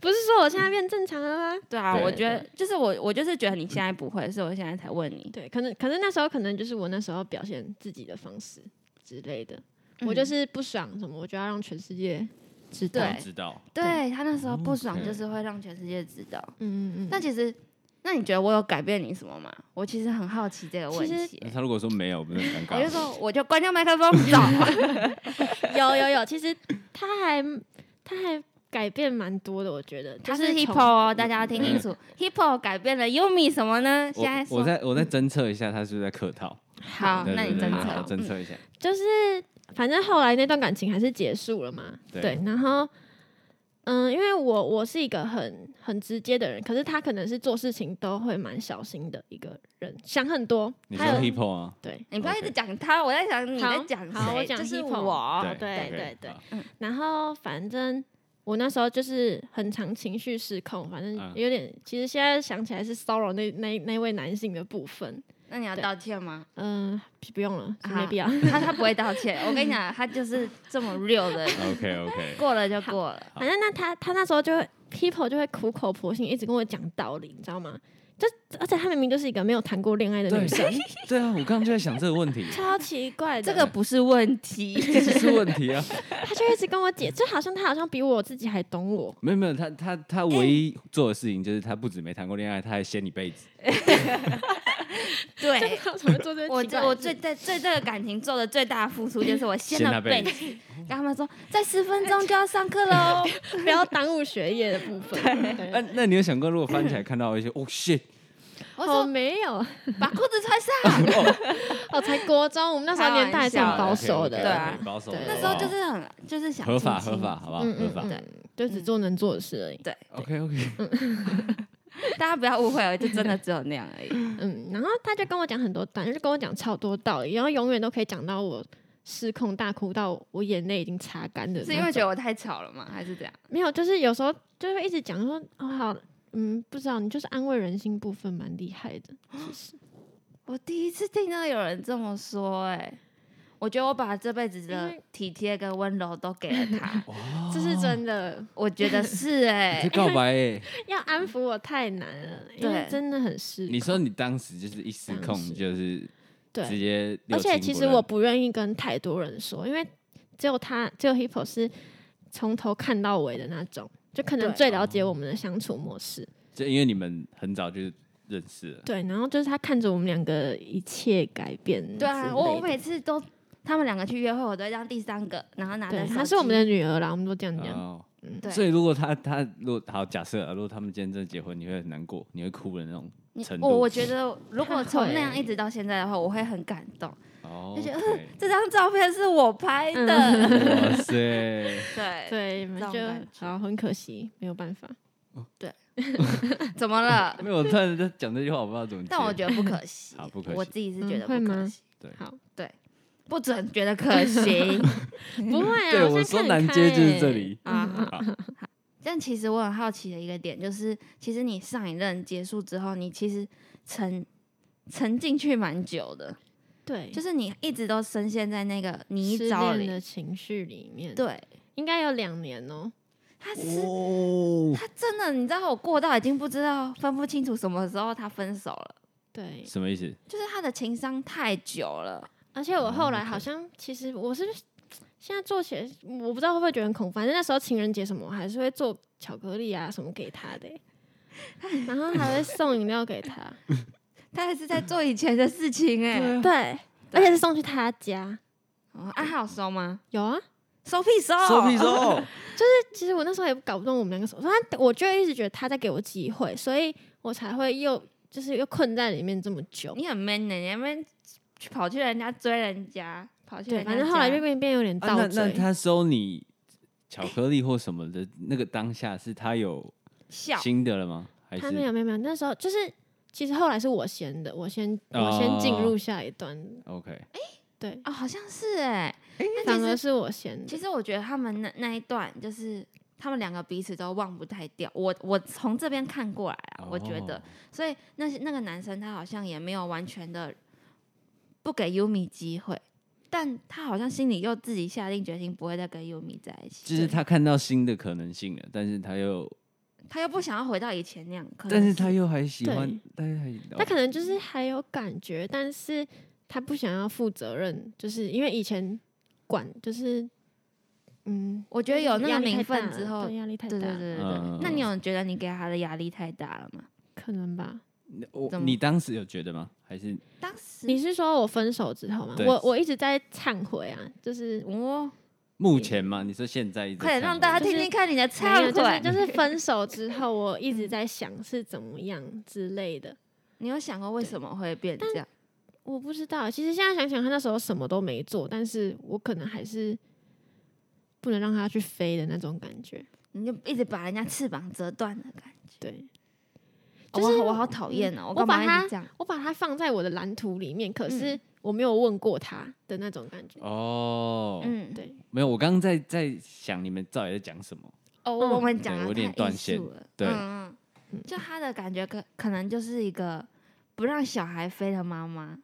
Speaker 4: 不是说我现在变正常了吗？
Speaker 3: 对啊，
Speaker 2: 对
Speaker 3: 我觉得就是我，我就是觉得你现在不会，所以我现在才问你。
Speaker 4: 对，可能可能那时候可能就是我那时候表现自己的方式之类的，我就
Speaker 3: 嗯
Speaker 4: 是不爽什么，我就要让全世界知道。
Speaker 3: 对
Speaker 2: 知道。
Speaker 3: 对他那时候不爽，
Speaker 2: 哦 OK
Speaker 3: 就是会让全世界知道。
Speaker 4: 嗯嗯嗯。
Speaker 3: 那其实，那你觉得我有改变你什么吗？我其实很好奇这个问
Speaker 4: 其实
Speaker 3: 题
Speaker 2: 那
Speaker 3: 欸。
Speaker 2: 他如果说没有，不是很尴
Speaker 3: 我就
Speaker 2: 尬？
Speaker 3: 说，我就关掉麦克风
Speaker 4: [laughs]
Speaker 3: 走。
Speaker 4: 有有有，其实他还他还改变蛮多的，我觉得。
Speaker 3: 他
Speaker 4: 就是从
Speaker 3: Hippo 哦，大家要听
Speaker 4: [laughs]
Speaker 3: 清楚。Hippo 改变了 Yumi 什么呢？现在
Speaker 2: 我我
Speaker 3: 说
Speaker 2: 在我在侦测一下，他是不是在客套？
Speaker 3: 好，
Speaker 2: 对
Speaker 3: 那
Speaker 2: 对
Speaker 3: 你嗯
Speaker 2: 对
Speaker 3: 真
Speaker 2: 对
Speaker 3: 的
Speaker 2: 好
Speaker 3: 好
Speaker 2: 我侦测一下。
Speaker 4: 就是反正后来那段感情还是结束了嘛。
Speaker 2: 对
Speaker 4: 然后嗯，因为我我是一个很很直接的人，可是他可能是做事情都会蛮小心的一个人，想很多。
Speaker 2: 你说
Speaker 4: 他有
Speaker 2: hippo 啊？
Speaker 4: 对，
Speaker 3: 你不要一直讲他，我在想你在
Speaker 4: 好
Speaker 3: 讲
Speaker 4: 好我
Speaker 3: 谁，
Speaker 4: 讲
Speaker 3: 就是我
Speaker 4: Hippo
Speaker 3: 哦。
Speaker 4: 对
Speaker 2: ，OK，
Speaker 4: 对对
Speaker 2: 好
Speaker 4: 然后反正。我那时候就是很常情绪失控，反正
Speaker 2: 嗯
Speaker 4: 有点，其实现在想起来是骚扰那那那位男性的部分，
Speaker 3: 那你要
Speaker 4: 对
Speaker 3: 道歉吗？
Speaker 4: 嗯、不不用了，是
Speaker 3: 好
Speaker 4: 没必要。
Speaker 3: 他他不会道歉，我跟你讲，他就是这么 real 的人，
Speaker 4: [laughs]
Speaker 2: OK OK，
Speaker 3: 过了就过了。
Speaker 4: 反正那他他那时候就会 people 就会苦口婆心一直跟我讲道理，你知道吗？就而且她明明就是一个没有谈过恋爱的女生，
Speaker 2: 对啊，我刚刚就在想这个问
Speaker 4: [laughs]
Speaker 2: 题，
Speaker 4: 超奇怪的。
Speaker 3: 这个不是问题，
Speaker 2: 这是问题啊。
Speaker 4: 她就一直跟我解，就好像她好像比我自己还懂 [laughs] 我。
Speaker 2: 没有没有，他他他唯一做的事情就是他不止没谈过恋爱，他还掀你被子。
Speaker 3: [laughs] 对。
Speaker 4: 怎么做这些
Speaker 3: 我
Speaker 4: 奇怪
Speaker 3: 这
Speaker 4: 的
Speaker 3: 我
Speaker 4: 事
Speaker 3: 最在对这个感情做的最大的付出，就是我掀
Speaker 2: 掀
Speaker 3: 了
Speaker 2: 他被
Speaker 3: 被子，跟他们说在十分钟就要上课哦 [laughs] 喽。
Speaker 4: 不要耽误学业的部分。对
Speaker 2: 啊那那你有想过，如果翻起
Speaker 4: [laughs]
Speaker 2: 来看到一些哦 shit，
Speaker 3: 我
Speaker 4: 我
Speaker 3: 说
Speaker 4: 没有，
Speaker 3: 把裤子穿上， [laughs]
Speaker 4: 哦，才国中，我们那时候年代是很保守的。
Speaker 3: 对啊
Speaker 2: 保守的哦
Speaker 4: 对
Speaker 3: 那时候就是很就是想
Speaker 2: 合法
Speaker 3: 亲
Speaker 2: 合
Speaker 3: 亲
Speaker 2: 法，，好不好？
Speaker 4: 嗯
Speaker 2: 合
Speaker 4: 嗯
Speaker 2: 法。
Speaker 4: 嗯，就只做能做的事而已。
Speaker 2: OK OK，
Speaker 3: 大家不要误会哦，就真的只有那样而已。
Speaker 4: 嗯，然后他就跟我讲很多段，就跟我讲超多道理，然后永远都可以讲到我失控大哭到我眼泪已经擦干的那种。
Speaker 3: [laughs] 是因为觉得我太吵了吗？还是怎样？
Speaker 4: 没有，就是有时候就会一直讲说，哦好，嗯，不知道你就是安慰人心部分蛮厉害的，其实
Speaker 3: 我第一次听到有人这么说、哎，我觉得我把这辈子
Speaker 4: 因
Speaker 3: 的
Speaker 4: 为
Speaker 3: 体贴跟温柔都给了 [laughs] 他，
Speaker 2: 哇
Speaker 4: 这是真的。
Speaker 3: 我觉得是哎、
Speaker 2: 这告白哎，
Speaker 4: [laughs] 要安抚我太难了，因为
Speaker 3: 对
Speaker 4: 真的很失控。
Speaker 2: 你说你当时就是一失控
Speaker 4: 当，时
Speaker 2: 就是直
Speaker 4: 对，
Speaker 2: 接六亲
Speaker 4: 而
Speaker 2: 不认，
Speaker 4: 且其实我不愿意跟太多人说，因为只有他，只有 Hippo 是从头看到尾的那种，就可能
Speaker 3: 对
Speaker 4: 最了
Speaker 2: 哦
Speaker 4: 解我们的相处模式。
Speaker 2: 就因为你们很早就认识了，
Speaker 4: 对，然后就是他看着我们两个一切改变之类的。
Speaker 3: 对啊，我我每次都他们两个去约会，我都会让第三个，然后拿着
Speaker 4: 对，
Speaker 3: 手
Speaker 4: 她是我们的
Speaker 3: 机嗯
Speaker 4: 女儿啦，我们都这样讲。
Speaker 2: 哦，
Speaker 3: 对
Speaker 2: 所以如果他他如果好假设啊，如果他们今天真的结婚，你会很难过，你会哭的那种
Speaker 3: 你
Speaker 2: 程度。
Speaker 3: 我我觉得，如果
Speaker 4: 他
Speaker 3: 从那样
Speaker 4: 会
Speaker 3: 一直到现在的话，我会很感动。
Speaker 2: 哦
Speaker 3: 就觉得
Speaker 2: OK
Speaker 3: 这张照片是我拍的，
Speaker 2: 哇塞，
Speaker 3: 对，
Speaker 4: 嗯对，你们
Speaker 3: 这种
Speaker 4: 就
Speaker 3: 感觉
Speaker 4: 好，很可惜，没有办法。
Speaker 3: [laughs] 怎么了？
Speaker 2: 没有，我突然在讲这句话，我不知道怎么接。
Speaker 3: 但我觉得不可惜
Speaker 2: 好不可，惜
Speaker 3: 我自己是觉
Speaker 4: 嗯
Speaker 3: 得
Speaker 4: 会
Speaker 3: 不可
Speaker 4: 吗
Speaker 3: 惜，
Speaker 2: 对
Speaker 4: 好，
Speaker 3: 不准觉得
Speaker 4: [laughs]
Speaker 3: 可惜
Speaker 4: 不会啊，
Speaker 2: [laughs] 对
Speaker 4: 现在
Speaker 2: 我说
Speaker 4: 看
Speaker 2: 难
Speaker 4: 开
Speaker 2: 接就是这
Speaker 4: 欸
Speaker 2: 里。
Speaker 3: 啊。好
Speaker 2: 好，
Speaker 3: 但其实我很好奇的一个点就是，其实你上一任结束之后，你其实沉沉进去蛮久的，
Speaker 4: 对，
Speaker 3: 就是是你一直都深陷在那个泥
Speaker 4: 失
Speaker 3: 沼
Speaker 4: 恋
Speaker 3: 里。
Speaker 4: 的情绪里面，，
Speaker 3: 对，
Speaker 4: 应该有两年哦。
Speaker 3: 他是、
Speaker 2: 哦，
Speaker 3: 他真的，你知道我过到已经不知道分不清楚什么时候他分手了，
Speaker 4: 对，
Speaker 2: 什么意思？
Speaker 3: 就是他的情商太久了。
Speaker 4: 而且我后来
Speaker 2: 哦
Speaker 4: 好
Speaker 2: ，OK
Speaker 4: 像其实我是现在做起来，我不知道会不会觉得很恐怖。反正那时候情人节什么，我还是会做巧克力啊什么给他的欸、
Speaker 3: [laughs]
Speaker 4: 然后还会送饮料给他。
Speaker 3: 他还是在做以前的事情哎、欸。
Speaker 4: [laughs] 对，啊而且是送去他家。
Speaker 3: 哦啊，还有收吗？
Speaker 4: 有啊，
Speaker 3: 收屁收！
Speaker 2: 收屁！收！
Speaker 4: 其实我那时候也搞不懂我们两个什么，反正我就一直觉得他在给我机会，所以我才会又就是又困在里面这么久。
Speaker 3: 你很 man 呢、你还没去跑去人家追人家，跑去
Speaker 4: 对，
Speaker 3: 人家
Speaker 4: 反正后来
Speaker 3: 家
Speaker 4: 就变变有点
Speaker 2: 啊
Speaker 4: 倒
Speaker 2: 那
Speaker 4: 追。
Speaker 2: 那他收你巧克力或什么的那个当下，是他有
Speaker 3: 笑，
Speaker 2: 新的了吗？还是
Speaker 4: 他没有没有没有，那时候就是其实后来是我先的，我先我先进入下一段，
Speaker 2: OK？
Speaker 4: 对，
Speaker 3: 哦，好像是哎、那
Speaker 4: 反
Speaker 3: 其
Speaker 4: 而
Speaker 3: 实
Speaker 4: 是我先
Speaker 3: 其
Speaker 4: 的。
Speaker 3: 实我觉得他们那那一段就是他们两个彼此都忘不太掉。我我从这边看过来啊，我觉得
Speaker 2: 哦，
Speaker 3: 所以那些那个男生他好像也没有完全的不给优米机会，但他好像心里又自己下定决心不会再跟优米在一起，
Speaker 2: 就是他看到新的可能性了，但是他又，
Speaker 3: 他又不想要回到以前那样。可能
Speaker 2: 但是他又还喜欢
Speaker 4: 对，
Speaker 2: 但是哦还
Speaker 4: 他可能就是还有感觉，但是他不想要负责任，就是因为以前管就是嗯，
Speaker 3: 我觉得有那
Speaker 4: 压
Speaker 3: 个
Speaker 4: 力太
Speaker 3: 名
Speaker 4: 大
Speaker 3: 分
Speaker 4: 了
Speaker 3: 之后，
Speaker 4: 对压力太大
Speaker 3: 对对
Speaker 4: 了，
Speaker 3: 对对对。
Speaker 2: 嗯
Speaker 3: 那你有觉得你给他的压力太大了吗？
Speaker 4: 可能吧。
Speaker 2: 我
Speaker 3: 怎么
Speaker 2: 你当时有觉得吗？还是
Speaker 3: 当时
Speaker 4: 你是说我分手之后吗？
Speaker 2: 对
Speaker 4: 我我一直在忏悔啊，就是
Speaker 3: 哦，
Speaker 2: 目前吗？你说现在一直
Speaker 3: 快点
Speaker 2: 看
Speaker 3: 让
Speaker 2: 我
Speaker 3: 大家
Speaker 4: 就是
Speaker 3: 听听看你的
Speaker 4: 没
Speaker 3: 忏
Speaker 4: 有就是
Speaker 3: 悔。 [laughs] 嗯
Speaker 4: 就是分手之后，我一直在想是怎么样之类的。
Speaker 3: 你有想过为什么会变这样？
Speaker 4: 我不知道，其实现在想想，他那时候什么都没做，但是我可能还是不能让他去飞的那种感觉。
Speaker 3: 你就一直把人家翅膀折断的感觉。
Speaker 4: 对
Speaker 3: 哦
Speaker 4: 就是
Speaker 3: 我好我好讨厌哦！
Speaker 4: 我
Speaker 3: 干
Speaker 4: 把
Speaker 3: 嘛一
Speaker 4: 它
Speaker 3: 直这样？
Speaker 4: 我把他放在我的蓝图里面，可是
Speaker 3: 嗯
Speaker 4: 我没有问过他的那种感觉。
Speaker 2: 哦，
Speaker 3: 嗯，
Speaker 4: 对，
Speaker 2: 没有，我刚刚在在想你们到底在讲什么？
Speaker 3: 哦，我我们
Speaker 2: 嗯
Speaker 3: 讲
Speaker 2: 对
Speaker 3: 的
Speaker 2: 我有点
Speaker 3: 太
Speaker 2: 断
Speaker 3: 艺
Speaker 2: 线
Speaker 3: 术了。
Speaker 2: 对
Speaker 3: 嗯嗯，就他的感觉可可能就是一个不让小孩飞的妈妈。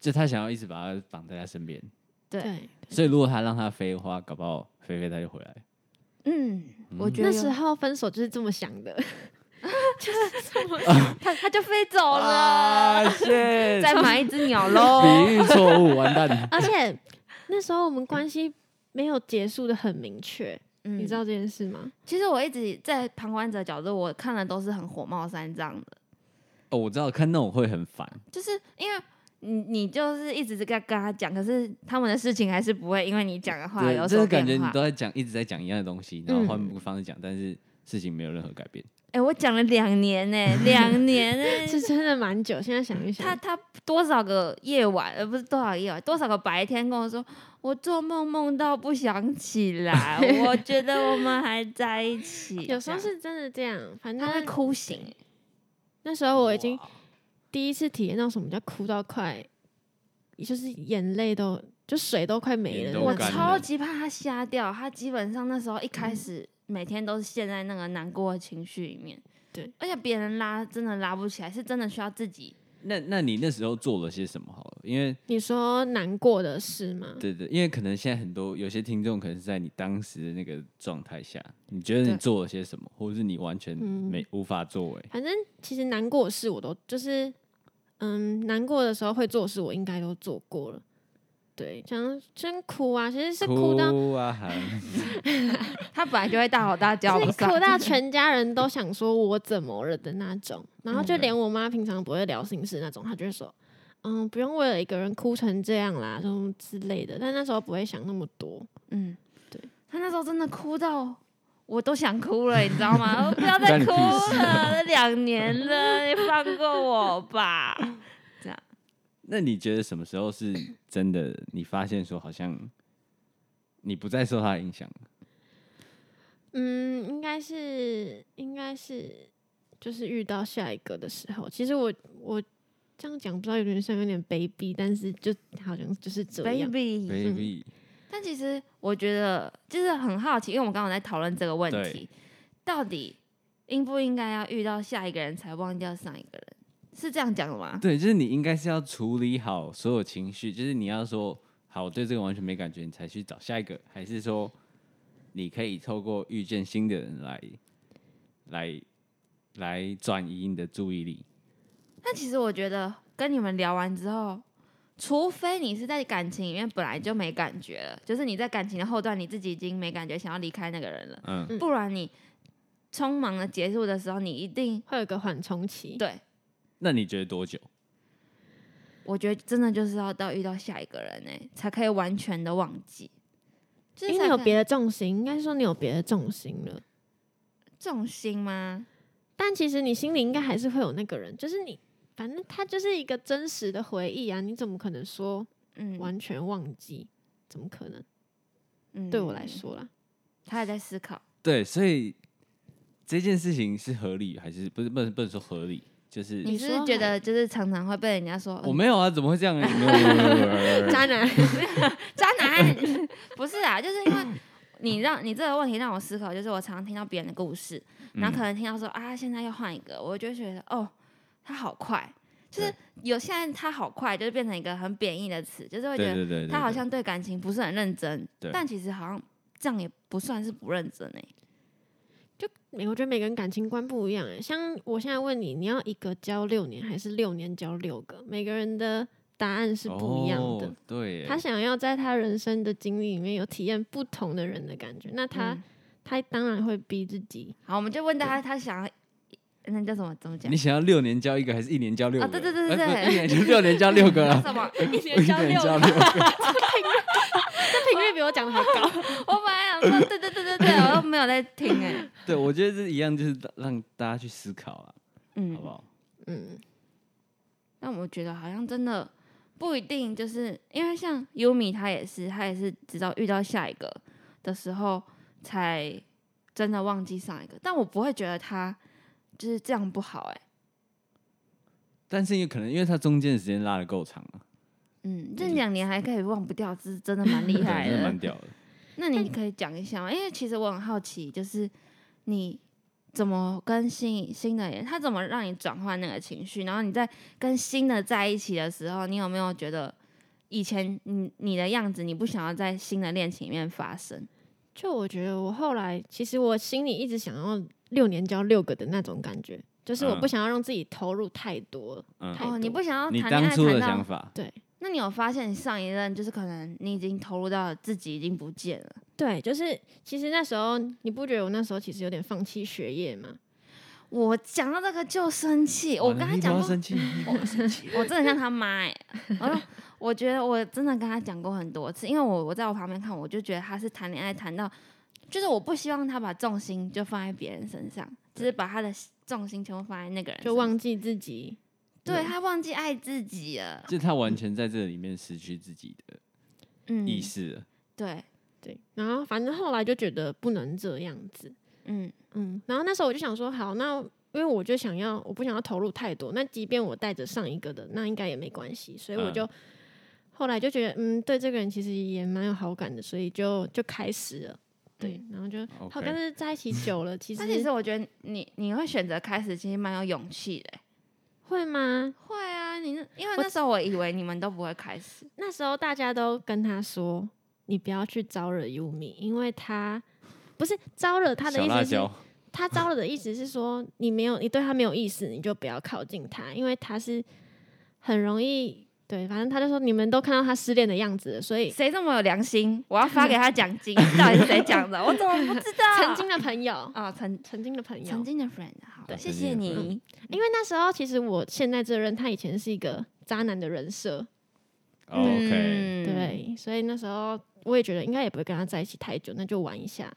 Speaker 2: 就他想要一直把他绑在他身边，
Speaker 3: 对
Speaker 4: 对，
Speaker 2: 所以如果他让他飞的话，搞不好飞飞他就回来。
Speaker 3: 嗯，我
Speaker 2: 嗯
Speaker 3: 觉得
Speaker 4: 那时
Speaker 3: 有
Speaker 4: 候分手就是这么想的， [laughs]
Speaker 3: 他他就飞走了，
Speaker 2: 啊，谢
Speaker 3: [laughs] 再买一只鸟
Speaker 2: [laughs]
Speaker 3: 喽。
Speaker 2: 比喻错误，完蛋。
Speaker 4: [laughs] 而且那时候我们关系没有结束的很明确，
Speaker 3: 嗯
Speaker 4: 你知道这件事吗？
Speaker 3: 其实我一直在旁观者角度，我看的都是很火冒三丈的，
Speaker 2: 哦，我知道，看那种会很
Speaker 3: [laughs]
Speaker 2: 烦。
Speaker 3: 就是因为你你就是一直在跟他讲，可是他们的事情还是不会因为你讲的话
Speaker 2: 对，
Speaker 3: 有
Speaker 2: 就
Speaker 3: 所
Speaker 2: 是
Speaker 3: 变
Speaker 2: 感觉你
Speaker 3: 化。
Speaker 2: 都在讲，一直在讲一样的东西，然后
Speaker 4: 嗯
Speaker 2: 换不方式讲，但是事情没有任何改变。
Speaker 3: 哎、我讲了两年呢、
Speaker 2: [laughs]
Speaker 3: 两年呢、
Speaker 4: 是真的蛮久，现在想一想
Speaker 3: 他，他多少个夜晚，呃，不是多少个夜晚，多少个白天跟我说，我做梦梦到不想起 [laughs] 来，我觉得我们还在一起。
Speaker 4: 有时候
Speaker 3: 这样
Speaker 4: 是真的这样，反
Speaker 3: 他会
Speaker 4: 正
Speaker 3: 哭醒，
Speaker 4: 那时候我已经第一次体验到什么叫哭到快，就是眼泪都就水都快没
Speaker 2: 眼
Speaker 4: 了
Speaker 2: 都
Speaker 4: 那
Speaker 2: 有
Speaker 3: 我
Speaker 4: 种
Speaker 2: 干
Speaker 4: 感
Speaker 2: 了
Speaker 4: 觉。
Speaker 3: 超级怕他瞎掉。他基本上那时候一开始每天都是陷在那个难过的情绪里面，
Speaker 4: 对，
Speaker 3: 而且别人拉真的拉不起来，是真的需要自己。
Speaker 2: 那那你那时候做了些什么好了？因为
Speaker 4: 你说难过的事吗？
Speaker 2: 对对，因为可能现在很多有些听众可能是在你当时的那个状态下，你觉得你
Speaker 3: 对
Speaker 2: 做了些什么，或者是你完全
Speaker 4: 嗯
Speaker 2: 没、无法作为。
Speaker 4: 反正其实难过的事我都就是，嗯，难过的时候会做的事我应该都做过了。对，像真哭啊，其实 [laughs] 是哭到
Speaker 2: 哭啊喊，
Speaker 3: 他本来就会大吼大叫，
Speaker 4: 是
Speaker 3: 不是啊
Speaker 4: 哭到全家人都想说我怎么了的那种，然后就
Speaker 2: OK
Speaker 4: 连我妈平常不会聊心事那种，她就会说，嗯，不用为了一个人哭成这样啦，什么之类的。但那时候不会想那么多，
Speaker 3: 嗯，
Speaker 4: 对，
Speaker 3: 他那时候真的哭到我都想哭了，你知道 [laughs] 吗？我不要再
Speaker 2: 干你
Speaker 3: 哭
Speaker 2: 屁事
Speaker 3: 了，都两年了，你放过我吧。
Speaker 2: 那你觉得什么时候
Speaker 4: [laughs]
Speaker 2: 是真的？你发现说好像你不再受他的影响了，
Speaker 4: 嗯，应该是应该是就是遇到下一个的时候。其实我我这样讲不知道有点像有点卑鄙，但是就好像就是这样。
Speaker 3: baby，
Speaker 4: [laughs]
Speaker 2: baby，
Speaker 3: 但其实我觉得就是很好奇，因为我们刚刚在讨论这个问题
Speaker 2: 对，
Speaker 3: 到底应不应该要遇到下一个人才忘掉上一个人，是这样讲的吗？
Speaker 2: 对，就是你应该是要处理好所有情绪，就是你要说好，我对这个完全没感觉，你才去找下一个，还是说你可以透过遇见新的人来来来转移你的注意力？
Speaker 3: 但其实我觉得跟你们聊完之后，除非你是在感情里面本来就没感觉了，就是你在感情的后段你自己已经没感觉，想要离开那个人了，
Speaker 2: 嗯，
Speaker 4: 嗯
Speaker 3: 不然你匆忙的结束的时候，你一定
Speaker 4: 会有个缓冲期，
Speaker 3: 对。
Speaker 2: 那你觉得多久？
Speaker 3: 我觉得真的就是要到遇到下一个人呢、欸才可以完全的忘记。就是
Speaker 4: 因
Speaker 3: 才
Speaker 4: 为你有
Speaker 3: 可以
Speaker 4: 别的重心，应该说你有别的重心了。
Speaker 3: 重心吗？
Speaker 4: 但其实你心里应该还是会有那个人，就是你，反正他就是一个真实的回忆啊，你怎么可能说
Speaker 3: 嗯，
Speaker 4: 完全忘记？怎么可能？
Speaker 3: 嗯
Speaker 4: 对我来，说啦，
Speaker 3: 他也在思考。
Speaker 2: 对，所以这件事情是合理还是不是？不能不能说合理，就是
Speaker 3: 你是不
Speaker 4: 你
Speaker 3: 是
Speaker 4: 说
Speaker 3: 觉得就是常常会被人家说呃
Speaker 2: 我没有啊，怎么会这样？没有没有没有没有没
Speaker 3: [laughs]
Speaker 2: 有
Speaker 4: 渣男，
Speaker 3: 渣男？ [laughs] 不是啊，就是因为你让你这个问题让我思考，就是我常常听到别人的故事，然后可能听到说、啊，现在又换一个，我就觉得哦，他好快，就是
Speaker 2: 对
Speaker 3: 有现在他好快，就是变成一个很贬义的词，就是会觉
Speaker 2: 对
Speaker 3: 得
Speaker 2: 对对对，
Speaker 3: 他好
Speaker 2: 对
Speaker 3: 像对感情不是很认真
Speaker 2: 对，
Speaker 3: 但其实好像这样也不算是不认真哎、
Speaker 4: 就每我觉得每个人感情观不一样哎、像我现在问你，你要一个教六年，还是六年教六个？每个人的答案是不一样的。
Speaker 2: 哦、对耶，
Speaker 4: 他想要在他人生的经历里面有体验不同的人的感觉，那他、
Speaker 3: 嗯
Speaker 4: 他当然会逼自己。
Speaker 3: 好，我们就问大家他想要那叫什么怎么讲
Speaker 2: 你？想要六年交一个，还是一年交六个？
Speaker 3: 啊对对对对
Speaker 2: 哎不是
Speaker 3: 对
Speaker 2: 一年就六年交六个
Speaker 3: 那 [laughs]
Speaker 2: 啊， [laughs]
Speaker 3: 什么？
Speaker 4: 一
Speaker 2: 一年交六个，
Speaker 4: 频率比我讲的还高。
Speaker 3: [laughs] 我本来想说，对对对对对，我都没有在听哎、
Speaker 2: [laughs] 对我觉得这一样，就是让大家去思考啊， [laughs] 好不
Speaker 3: 嗯，
Speaker 2: 好？
Speaker 4: 嗯，
Speaker 3: 但我觉得好像真的不一定，就是因为像优米他也是，他也是直到遇到下一个的时候才真的忘记上一个，但我不会觉得他就是这样不好哎、
Speaker 2: 但是也可能因为他中间的时间拉的够长啊，
Speaker 3: 嗯，这两年还可以忘不掉，这是真的蛮厉
Speaker 2: 对，
Speaker 3: 害
Speaker 2: 真的
Speaker 3: 的
Speaker 2: 蛮。屌的。
Speaker 3: 那你可以讲一下吗？因为其实我很好奇，就是你怎么跟新新的人，他怎么让你转换那个情绪？然后你在跟新的在一起的时候，你有没有觉得以前你你的样子，你不想要在新的恋情里面发生？
Speaker 4: 就我觉得我后来，其实我心里一直想要六年交六个的那种感觉，就是我
Speaker 2: 嗯
Speaker 4: 不想要让自己投入太多了。太
Speaker 2: 嗯，
Speaker 3: 哦，
Speaker 4: 多
Speaker 3: 你不想要
Speaker 2: 你
Speaker 3: 谈恋
Speaker 2: 当
Speaker 3: 爱
Speaker 2: 初
Speaker 3: 谈
Speaker 2: 的想
Speaker 3: 到？
Speaker 2: 法，
Speaker 4: 对
Speaker 3: 那你有发现你上一任就是可能你已经投入到自己已经不见了？
Speaker 4: 对，就是其实那时候你不觉得我那时候其实有点放弃学业吗？
Speaker 3: 我讲到这个就生气，我
Speaker 2: 完
Speaker 3: 跟
Speaker 2: 了
Speaker 3: 他
Speaker 2: 你不
Speaker 3: 讲
Speaker 2: 要
Speaker 3: 过，
Speaker 2: 生气，
Speaker 3: 我真的像他妈哎、欸！ [laughs] 我说，我觉得我真的跟他讲过很多次，因为我我在我旁边看，我就觉得他是谈恋爱谈到，就是我不希望他把重心就放在别人身上，就是把他的重心全部放在那个
Speaker 2: 哎
Speaker 3: 人身上，
Speaker 4: 就忘记自己。
Speaker 3: 对他忘记爱自己
Speaker 2: [laughs]
Speaker 3: 了。
Speaker 2: 就他完全在这里面失去自己的
Speaker 3: 嗯，
Speaker 2: 意识了。
Speaker 3: 对，
Speaker 4: 对，然后反正后来就觉得不能这样子。
Speaker 3: 嗯
Speaker 4: 嗯，然后那时候我就想说，好，那因为我就想要，我不想要投入太多，那即便我带着上一个的，那应该也没关系，所以我
Speaker 2: 嗯
Speaker 4: 就、后来就觉得，嗯，对这个人其实也蛮有好感的，所以就就开始了，对，然后就好，
Speaker 2: OK
Speaker 4: 但是在
Speaker 2: [laughs]
Speaker 4: 一起久了，其
Speaker 3: 但其实
Speaker 4: 实
Speaker 3: 我觉得你你会选择开始，其实蛮有勇气的欸、
Speaker 4: 会吗？
Speaker 3: 会啊，你那因为那时候我以为你们都不会开始，
Speaker 4: 那时候大家都跟他说，你不要去招惹优米，因为他不是招惹他的
Speaker 2: 小
Speaker 4: 意
Speaker 2: 辣
Speaker 4: 思是
Speaker 2: 椒，
Speaker 4: 他招惹的意思是说，你没有，你对他没有意思，你就不要靠近他，因为他是很容易对，反正他就说你们都看到他失恋的样子了，所以
Speaker 3: 谁这么有良心？我要发给他奖金， [laughs] 到底是谁讲的？我怎么不知道？
Speaker 4: 曾经的朋友，
Speaker 3: [laughs] 啊，曾
Speaker 4: 曾经的朋友
Speaker 3: 啊曾，经的 friend，好，
Speaker 2: 对
Speaker 3: 谢
Speaker 2: 曾经
Speaker 3: 谢
Speaker 2: 的
Speaker 3: 你。
Speaker 4: 因为那时候其实我现在这任他以前是一个渣男的人设，
Speaker 2: 哦 OK，
Speaker 3: 嗯，
Speaker 4: 对，所以那时候我也觉得应该也不会跟他在一起太久，那就玩一下，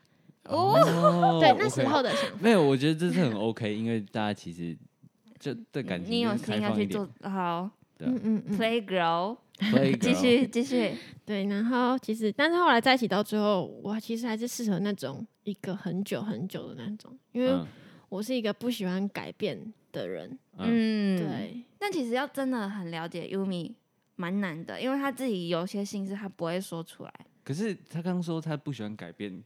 Speaker 3: 哦，
Speaker 2: 哦
Speaker 4: [laughs] 对那时
Speaker 2: OK
Speaker 4: 候的想法。
Speaker 2: 没有，我觉得这是很 OK，因为大家其实就对感情
Speaker 3: 你有
Speaker 2: 就是
Speaker 3: 心
Speaker 2: 开
Speaker 3: 要
Speaker 2: 放
Speaker 3: 去
Speaker 2: 一点
Speaker 3: 做，好
Speaker 2: 对啊
Speaker 4: 嗯嗯嗯，
Speaker 3: ，Playgirl，
Speaker 4: [laughs]
Speaker 2: ，play
Speaker 3: 继
Speaker 2: girl
Speaker 3: 续继续，
Speaker 4: 对。然后其实，但是后来在一起到最后，我其实还是适合那种一个很久很久的那种，因为
Speaker 2: 嗯
Speaker 4: 我是一个不喜欢改变的人。
Speaker 2: 嗯
Speaker 3: 嗯，。
Speaker 4: 对，
Speaker 3: 但其实要真的很了解 Yumi 蛮难的，因为他自己有些心事他不会说出来。
Speaker 2: 可是他刚说他不喜欢改变，因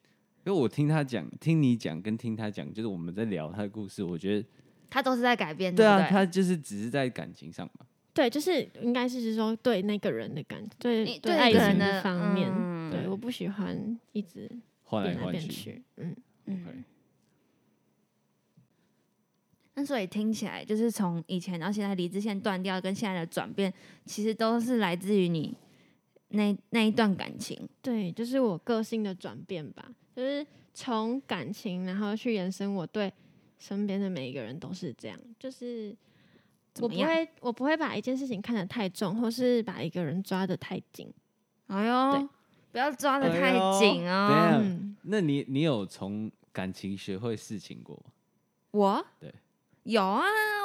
Speaker 2: 为我听他讲、听你讲跟听他讲，就是我们在聊他的故事，我觉得
Speaker 3: 他都是在改变，
Speaker 2: 对
Speaker 3: 不
Speaker 2: 啊，
Speaker 3: 对？
Speaker 2: 他就是只是在感情上嘛，
Speaker 4: 对，就是应该是是说对那个人的感，对
Speaker 3: 你对
Speaker 4: 爱
Speaker 3: 一个人
Speaker 4: 情
Speaker 3: 的
Speaker 4: 方面，
Speaker 3: 嗯
Speaker 4: 对，我不喜欢一直
Speaker 2: 换来
Speaker 4: 变来
Speaker 2: 换
Speaker 4: 变
Speaker 2: 去。
Speaker 4: 去，嗯，
Speaker 3: 嗯
Speaker 2: OK，，
Speaker 3: 那所以听起来就是从以前到现在理智线断掉，跟现在的转变，其实都是来自于你那那一段感情。
Speaker 4: 对，就是我个性的转变吧，就是从感情，然后去延伸我对身边的每一个人都是这样，就是
Speaker 3: 怎
Speaker 4: 我
Speaker 3: 么
Speaker 4: 不
Speaker 3: 样？
Speaker 4: 会，我不会把一件事情看得太重，或是把一个人抓得太紧，
Speaker 3: 哎呦
Speaker 4: 对，
Speaker 3: 不要抓的
Speaker 2: 哎
Speaker 3: 太
Speaker 2: 呦
Speaker 3: 紧
Speaker 2: 等一
Speaker 3: 哦。
Speaker 2: 下
Speaker 4: 嗯，
Speaker 2: 啊那你你有从感情学会事情过吗？
Speaker 3: 我
Speaker 2: 对
Speaker 3: 有啊，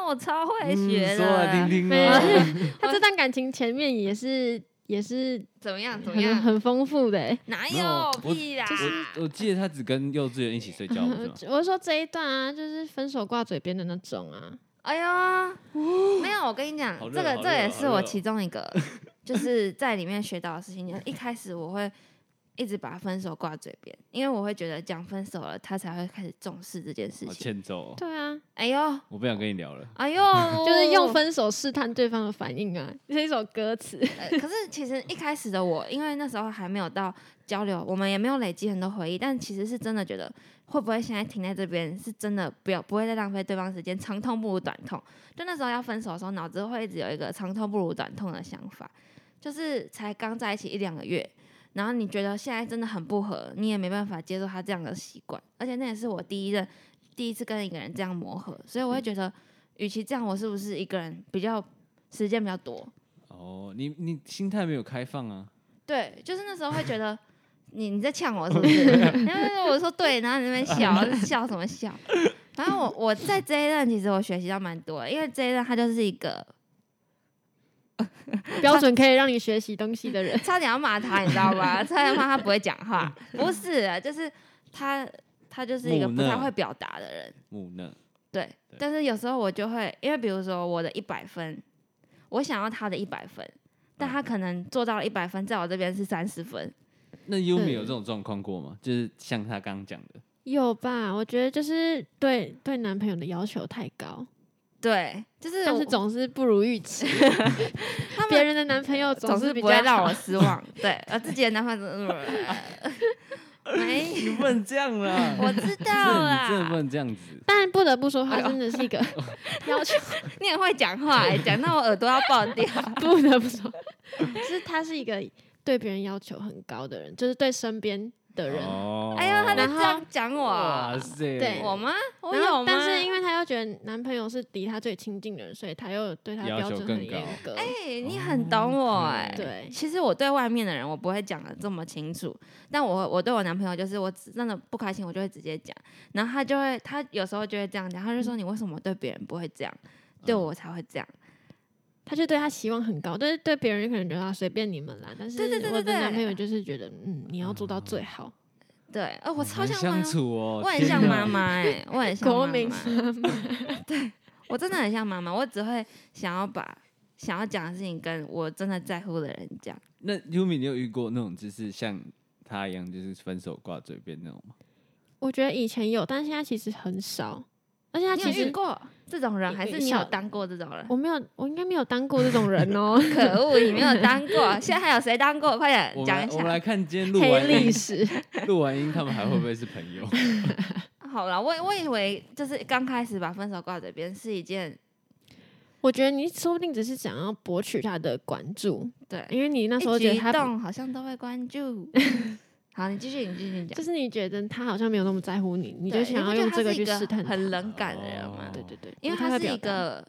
Speaker 3: 我超会学
Speaker 2: 嗯说
Speaker 3: 的。
Speaker 2: 来听听
Speaker 4: 没有
Speaker 2: 啊。
Speaker 3: 哦
Speaker 4: 他这段感情前面也是也是
Speaker 3: 怎么样？怎么
Speaker 2: [laughs]
Speaker 4: 很
Speaker 3: 样？
Speaker 4: 很丰富的、欸。
Speaker 3: 哪
Speaker 2: 没有
Speaker 3: 有
Speaker 2: 我
Speaker 3: 屁啦？
Speaker 2: 我我记得他只跟幼稚园一起睡觉，不是
Speaker 3: [laughs]
Speaker 2: 吗？
Speaker 4: 呃我是说这一段啊，就是分手挂嘴边的那种啊，
Speaker 3: 哎呀，没有，我跟你讲
Speaker 2: 好，热
Speaker 3: 这个
Speaker 2: 好
Speaker 3: 这
Speaker 2: 热
Speaker 3: 也
Speaker 2: 好
Speaker 3: 是我
Speaker 2: 热
Speaker 3: 其中一
Speaker 2: [laughs]
Speaker 3: 个，就是在里面学到的事情。就是一开始我会一直把分手挂嘴边，因为我会觉得讲分手了，他才会开始重视这件事
Speaker 2: 好
Speaker 3: 情。
Speaker 2: 欠揍哦，
Speaker 4: 对啊，，
Speaker 3: 哎呦，
Speaker 2: 我不想跟你聊了。
Speaker 3: 哎呦
Speaker 4: 就是用分手试探对方的反应啊， [laughs] 这是一首歌 [laughs] 词。
Speaker 3: 呃。可是其实一开始的我，因为那时候还没有到交流，我们也没有累积很多回忆，但其实是真的觉得，会不会现在停在这边，是真的不要不会再浪费对方时间，长痛不如短痛。就那时候要分手的时候，脑子会一直有一个长痛不如短痛的想法，就是才刚在一起一两个月。然后你觉得现在真的很不合，你也没办法接受他这样的习惯，而且那也是我第一任第一次跟一个人这样磨合，所以我会觉得，与其这样，我是不是一个人比较时间比较多？
Speaker 2: 哦，你你心态没有开放啊？
Speaker 3: 对，就是那时候会觉得你你在呛我是不是？ [laughs] 然后我说对，然后你在那边笑笑什么笑？然后我我在这一任其实我学习到蛮多的，因为这一任他就是一个。
Speaker 4: 标准可以让你学习东西的人
Speaker 3: 差点要骂他，你知道吗？ [laughs] 差点骂他不会讲话，不是啊，就是他他就是一个
Speaker 2: 木
Speaker 3: 不
Speaker 2: 讷
Speaker 3: 太会表达的人。
Speaker 2: 木讷，
Speaker 3: 对，
Speaker 2: 对
Speaker 3: 但是有时候我就会，因为比如说我的一百分，我想要他的一百分，但他可能做到了一百分，在我这边是三十分，
Speaker 2: 那优美有
Speaker 3: 嗯
Speaker 2: 这种状况过吗？就是像他刚讲的，
Speaker 4: [laughs] 有吧？我觉得就是对对男朋友的要求太高，
Speaker 3: 对，就是
Speaker 4: 但
Speaker 3: 我
Speaker 4: 是总是不如预期。
Speaker 3: 他们
Speaker 4: 别人的男朋友 [laughs]
Speaker 3: 总
Speaker 4: 是
Speaker 3: 是
Speaker 4: 比
Speaker 3: 不会
Speaker 4: 较
Speaker 3: 让
Speaker 4: 好
Speaker 3: 我失望。
Speaker 4: [laughs]
Speaker 3: 对，呃，自己的男朋友， [laughs] 呃没，
Speaker 2: 不能这样啦
Speaker 3: [laughs] 我知道
Speaker 2: 你 [laughs] 真的不
Speaker 3: 啦。
Speaker 2: 能这样子。
Speaker 4: 但不得不说，他真的是一 [laughs] 个要求，
Speaker 3: 你也会讲话、欸，讲到我耳朵要爆掉。
Speaker 4: 不得不说， [laughs] 就是他是一个对别人要求很高的人，就是对身边的人。
Speaker 2: 哦
Speaker 3: 哎呀，他就
Speaker 4: 然
Speaker 3: 这
Speaker 4: 后
Speaker 3: 样讲我啊
Speaker 2: 哇，塞，
Speaker 4: 对
Speaker 3: 我吗？我
Speaker 4: 然后
Speaker 3: 有吗？
Speaker 4: 但是因为他又觉得男朋友是离他最亲近的人，所以他又对他
Speaker 2: 要
Speaker 4: 标
Speaker 2: 求
Speaker 4: 准
Speaker 2: 更
Speaker 4: 很严
Speaker 2: 高
Speaker 4: 格。
Speaker 3: 哎你很懂我哎、
Speaker 2: 哦 OK
Speaker 4: 对
Speaker 3: 其实我对外面的人我不会讲的这么清楚，但我我对我男朋友就是我只真的不开心我就会直接讲，然后他就会他有时候就会这样讲，他就
Speaker 4: 嗯
Speaker 3: 说你为什么对别人不会这样，
Speaker 2: 嗯
Speaker 3: 对我才会这样。
Speaker 4: 他就对他期望很高，但是对别人可能觉得啊随便你们啦。但是
Speaker 3: 对对对对
Speaker 4: 我的
Speaker 3: 对
Speaker 4: 男朋友就是觉得，嗯，你要做到最好。
Speaker 3: 对，呃，我
Speaker 2: 我
Speaker 3: 超像妈
Speaker 2: 相处哦，
Speaker 3: 我很
Speaker 2: 天
Speaker 3: 像
Speaker 2: 哪
Speaker 3: 妈。妈哎、我很像
Speaker 4: 国
Speaker 3: 妈
Speaker 4: 民
Speaker 3: 妈，我真的很像妈妈，我只会想要把想要讲的事情跟我真的在乎的人讲。
Speaker 2: 那优米，你有遇过那种就是像他一样，就是分手挂嘴边那种吗？
Speaker 4: [laughs] 我觉得以前有，但现在其实很少。而且他
Speaker 3: 你有
Speaker 4: 其
Speaker 3: 遇
Speaker 4: 实
Speaker 3: 过这种人，
Speaker 4: 遇
Speaker 3: 还是
Speaker 4: 遇
Speaker 3: 你有
Speaker 4: 上
Speaker 3: 当过这种人？
Speaker 4: 我没有，我应该没有当过这种人哦、
Speaker 3: [laughs] 可恶，你没有当过，现在还有谁当过？快
Speaker 2: 我
Speaker 3: 点
Speaker 2: 们来
Speaker 3: 讲一
Speaker 2: 我们
Speaker 3: 下。
Speaker 2: 来看今天 [laughs] 录
Speaker 4: 黑
Speaker 2: 完音
Speaker 4: 历，史。 [laughs]
Speaker 2: 录完音他们还会不会是朋友？ [laughs]
Speaker 3: 好了，我我以为就是刚开始把分手挂嘴边是一件
Speaker 4: 我觉得你说不定只是想要博取他的关注，
Speaker 3: 对，
Speaker 4: 因为你那时候
Speaker 3: 一
Speaker 4: 觉
Speaker 3: 举
Speaker 4: 得
Speaker 3: 一
Speaker 4: 他不
Speaker 3: 动好像都会关
Speaker 4: [laughs]
Speaker 3: 注。好，你继续，你继续
Speaker 4: 就
Speaker 3: 讲。
Speaker 4: 是你觉得他好像没有那么在乎你，你
Speaker 3: 对
Speaker 4: 就
Speaker 3: 你
Speaker 4: 想
Speaker 3: 不
Speaker 4: 要
Speaker 3: 觉得
Speaker 4: 用
Speaker 3: 他
Speaker 4: 这
Speaker 3: 是
Speaker 4: 去
Speaker 3: 一
Speaker 4: 试探他
Speaker 3: 很冷感的人
Speaker 2: 哦
Speaker 3: 吗？
Speaker 4: 对对对，
Speaker 3: 因为
Speaker 4: 不太
Speaker 3: 它
Speaker 4: 会
Speaker 3: 是
Speaker 4: 表
Speaker 3: 一
Speaker 4: 达
Speaker 3: 个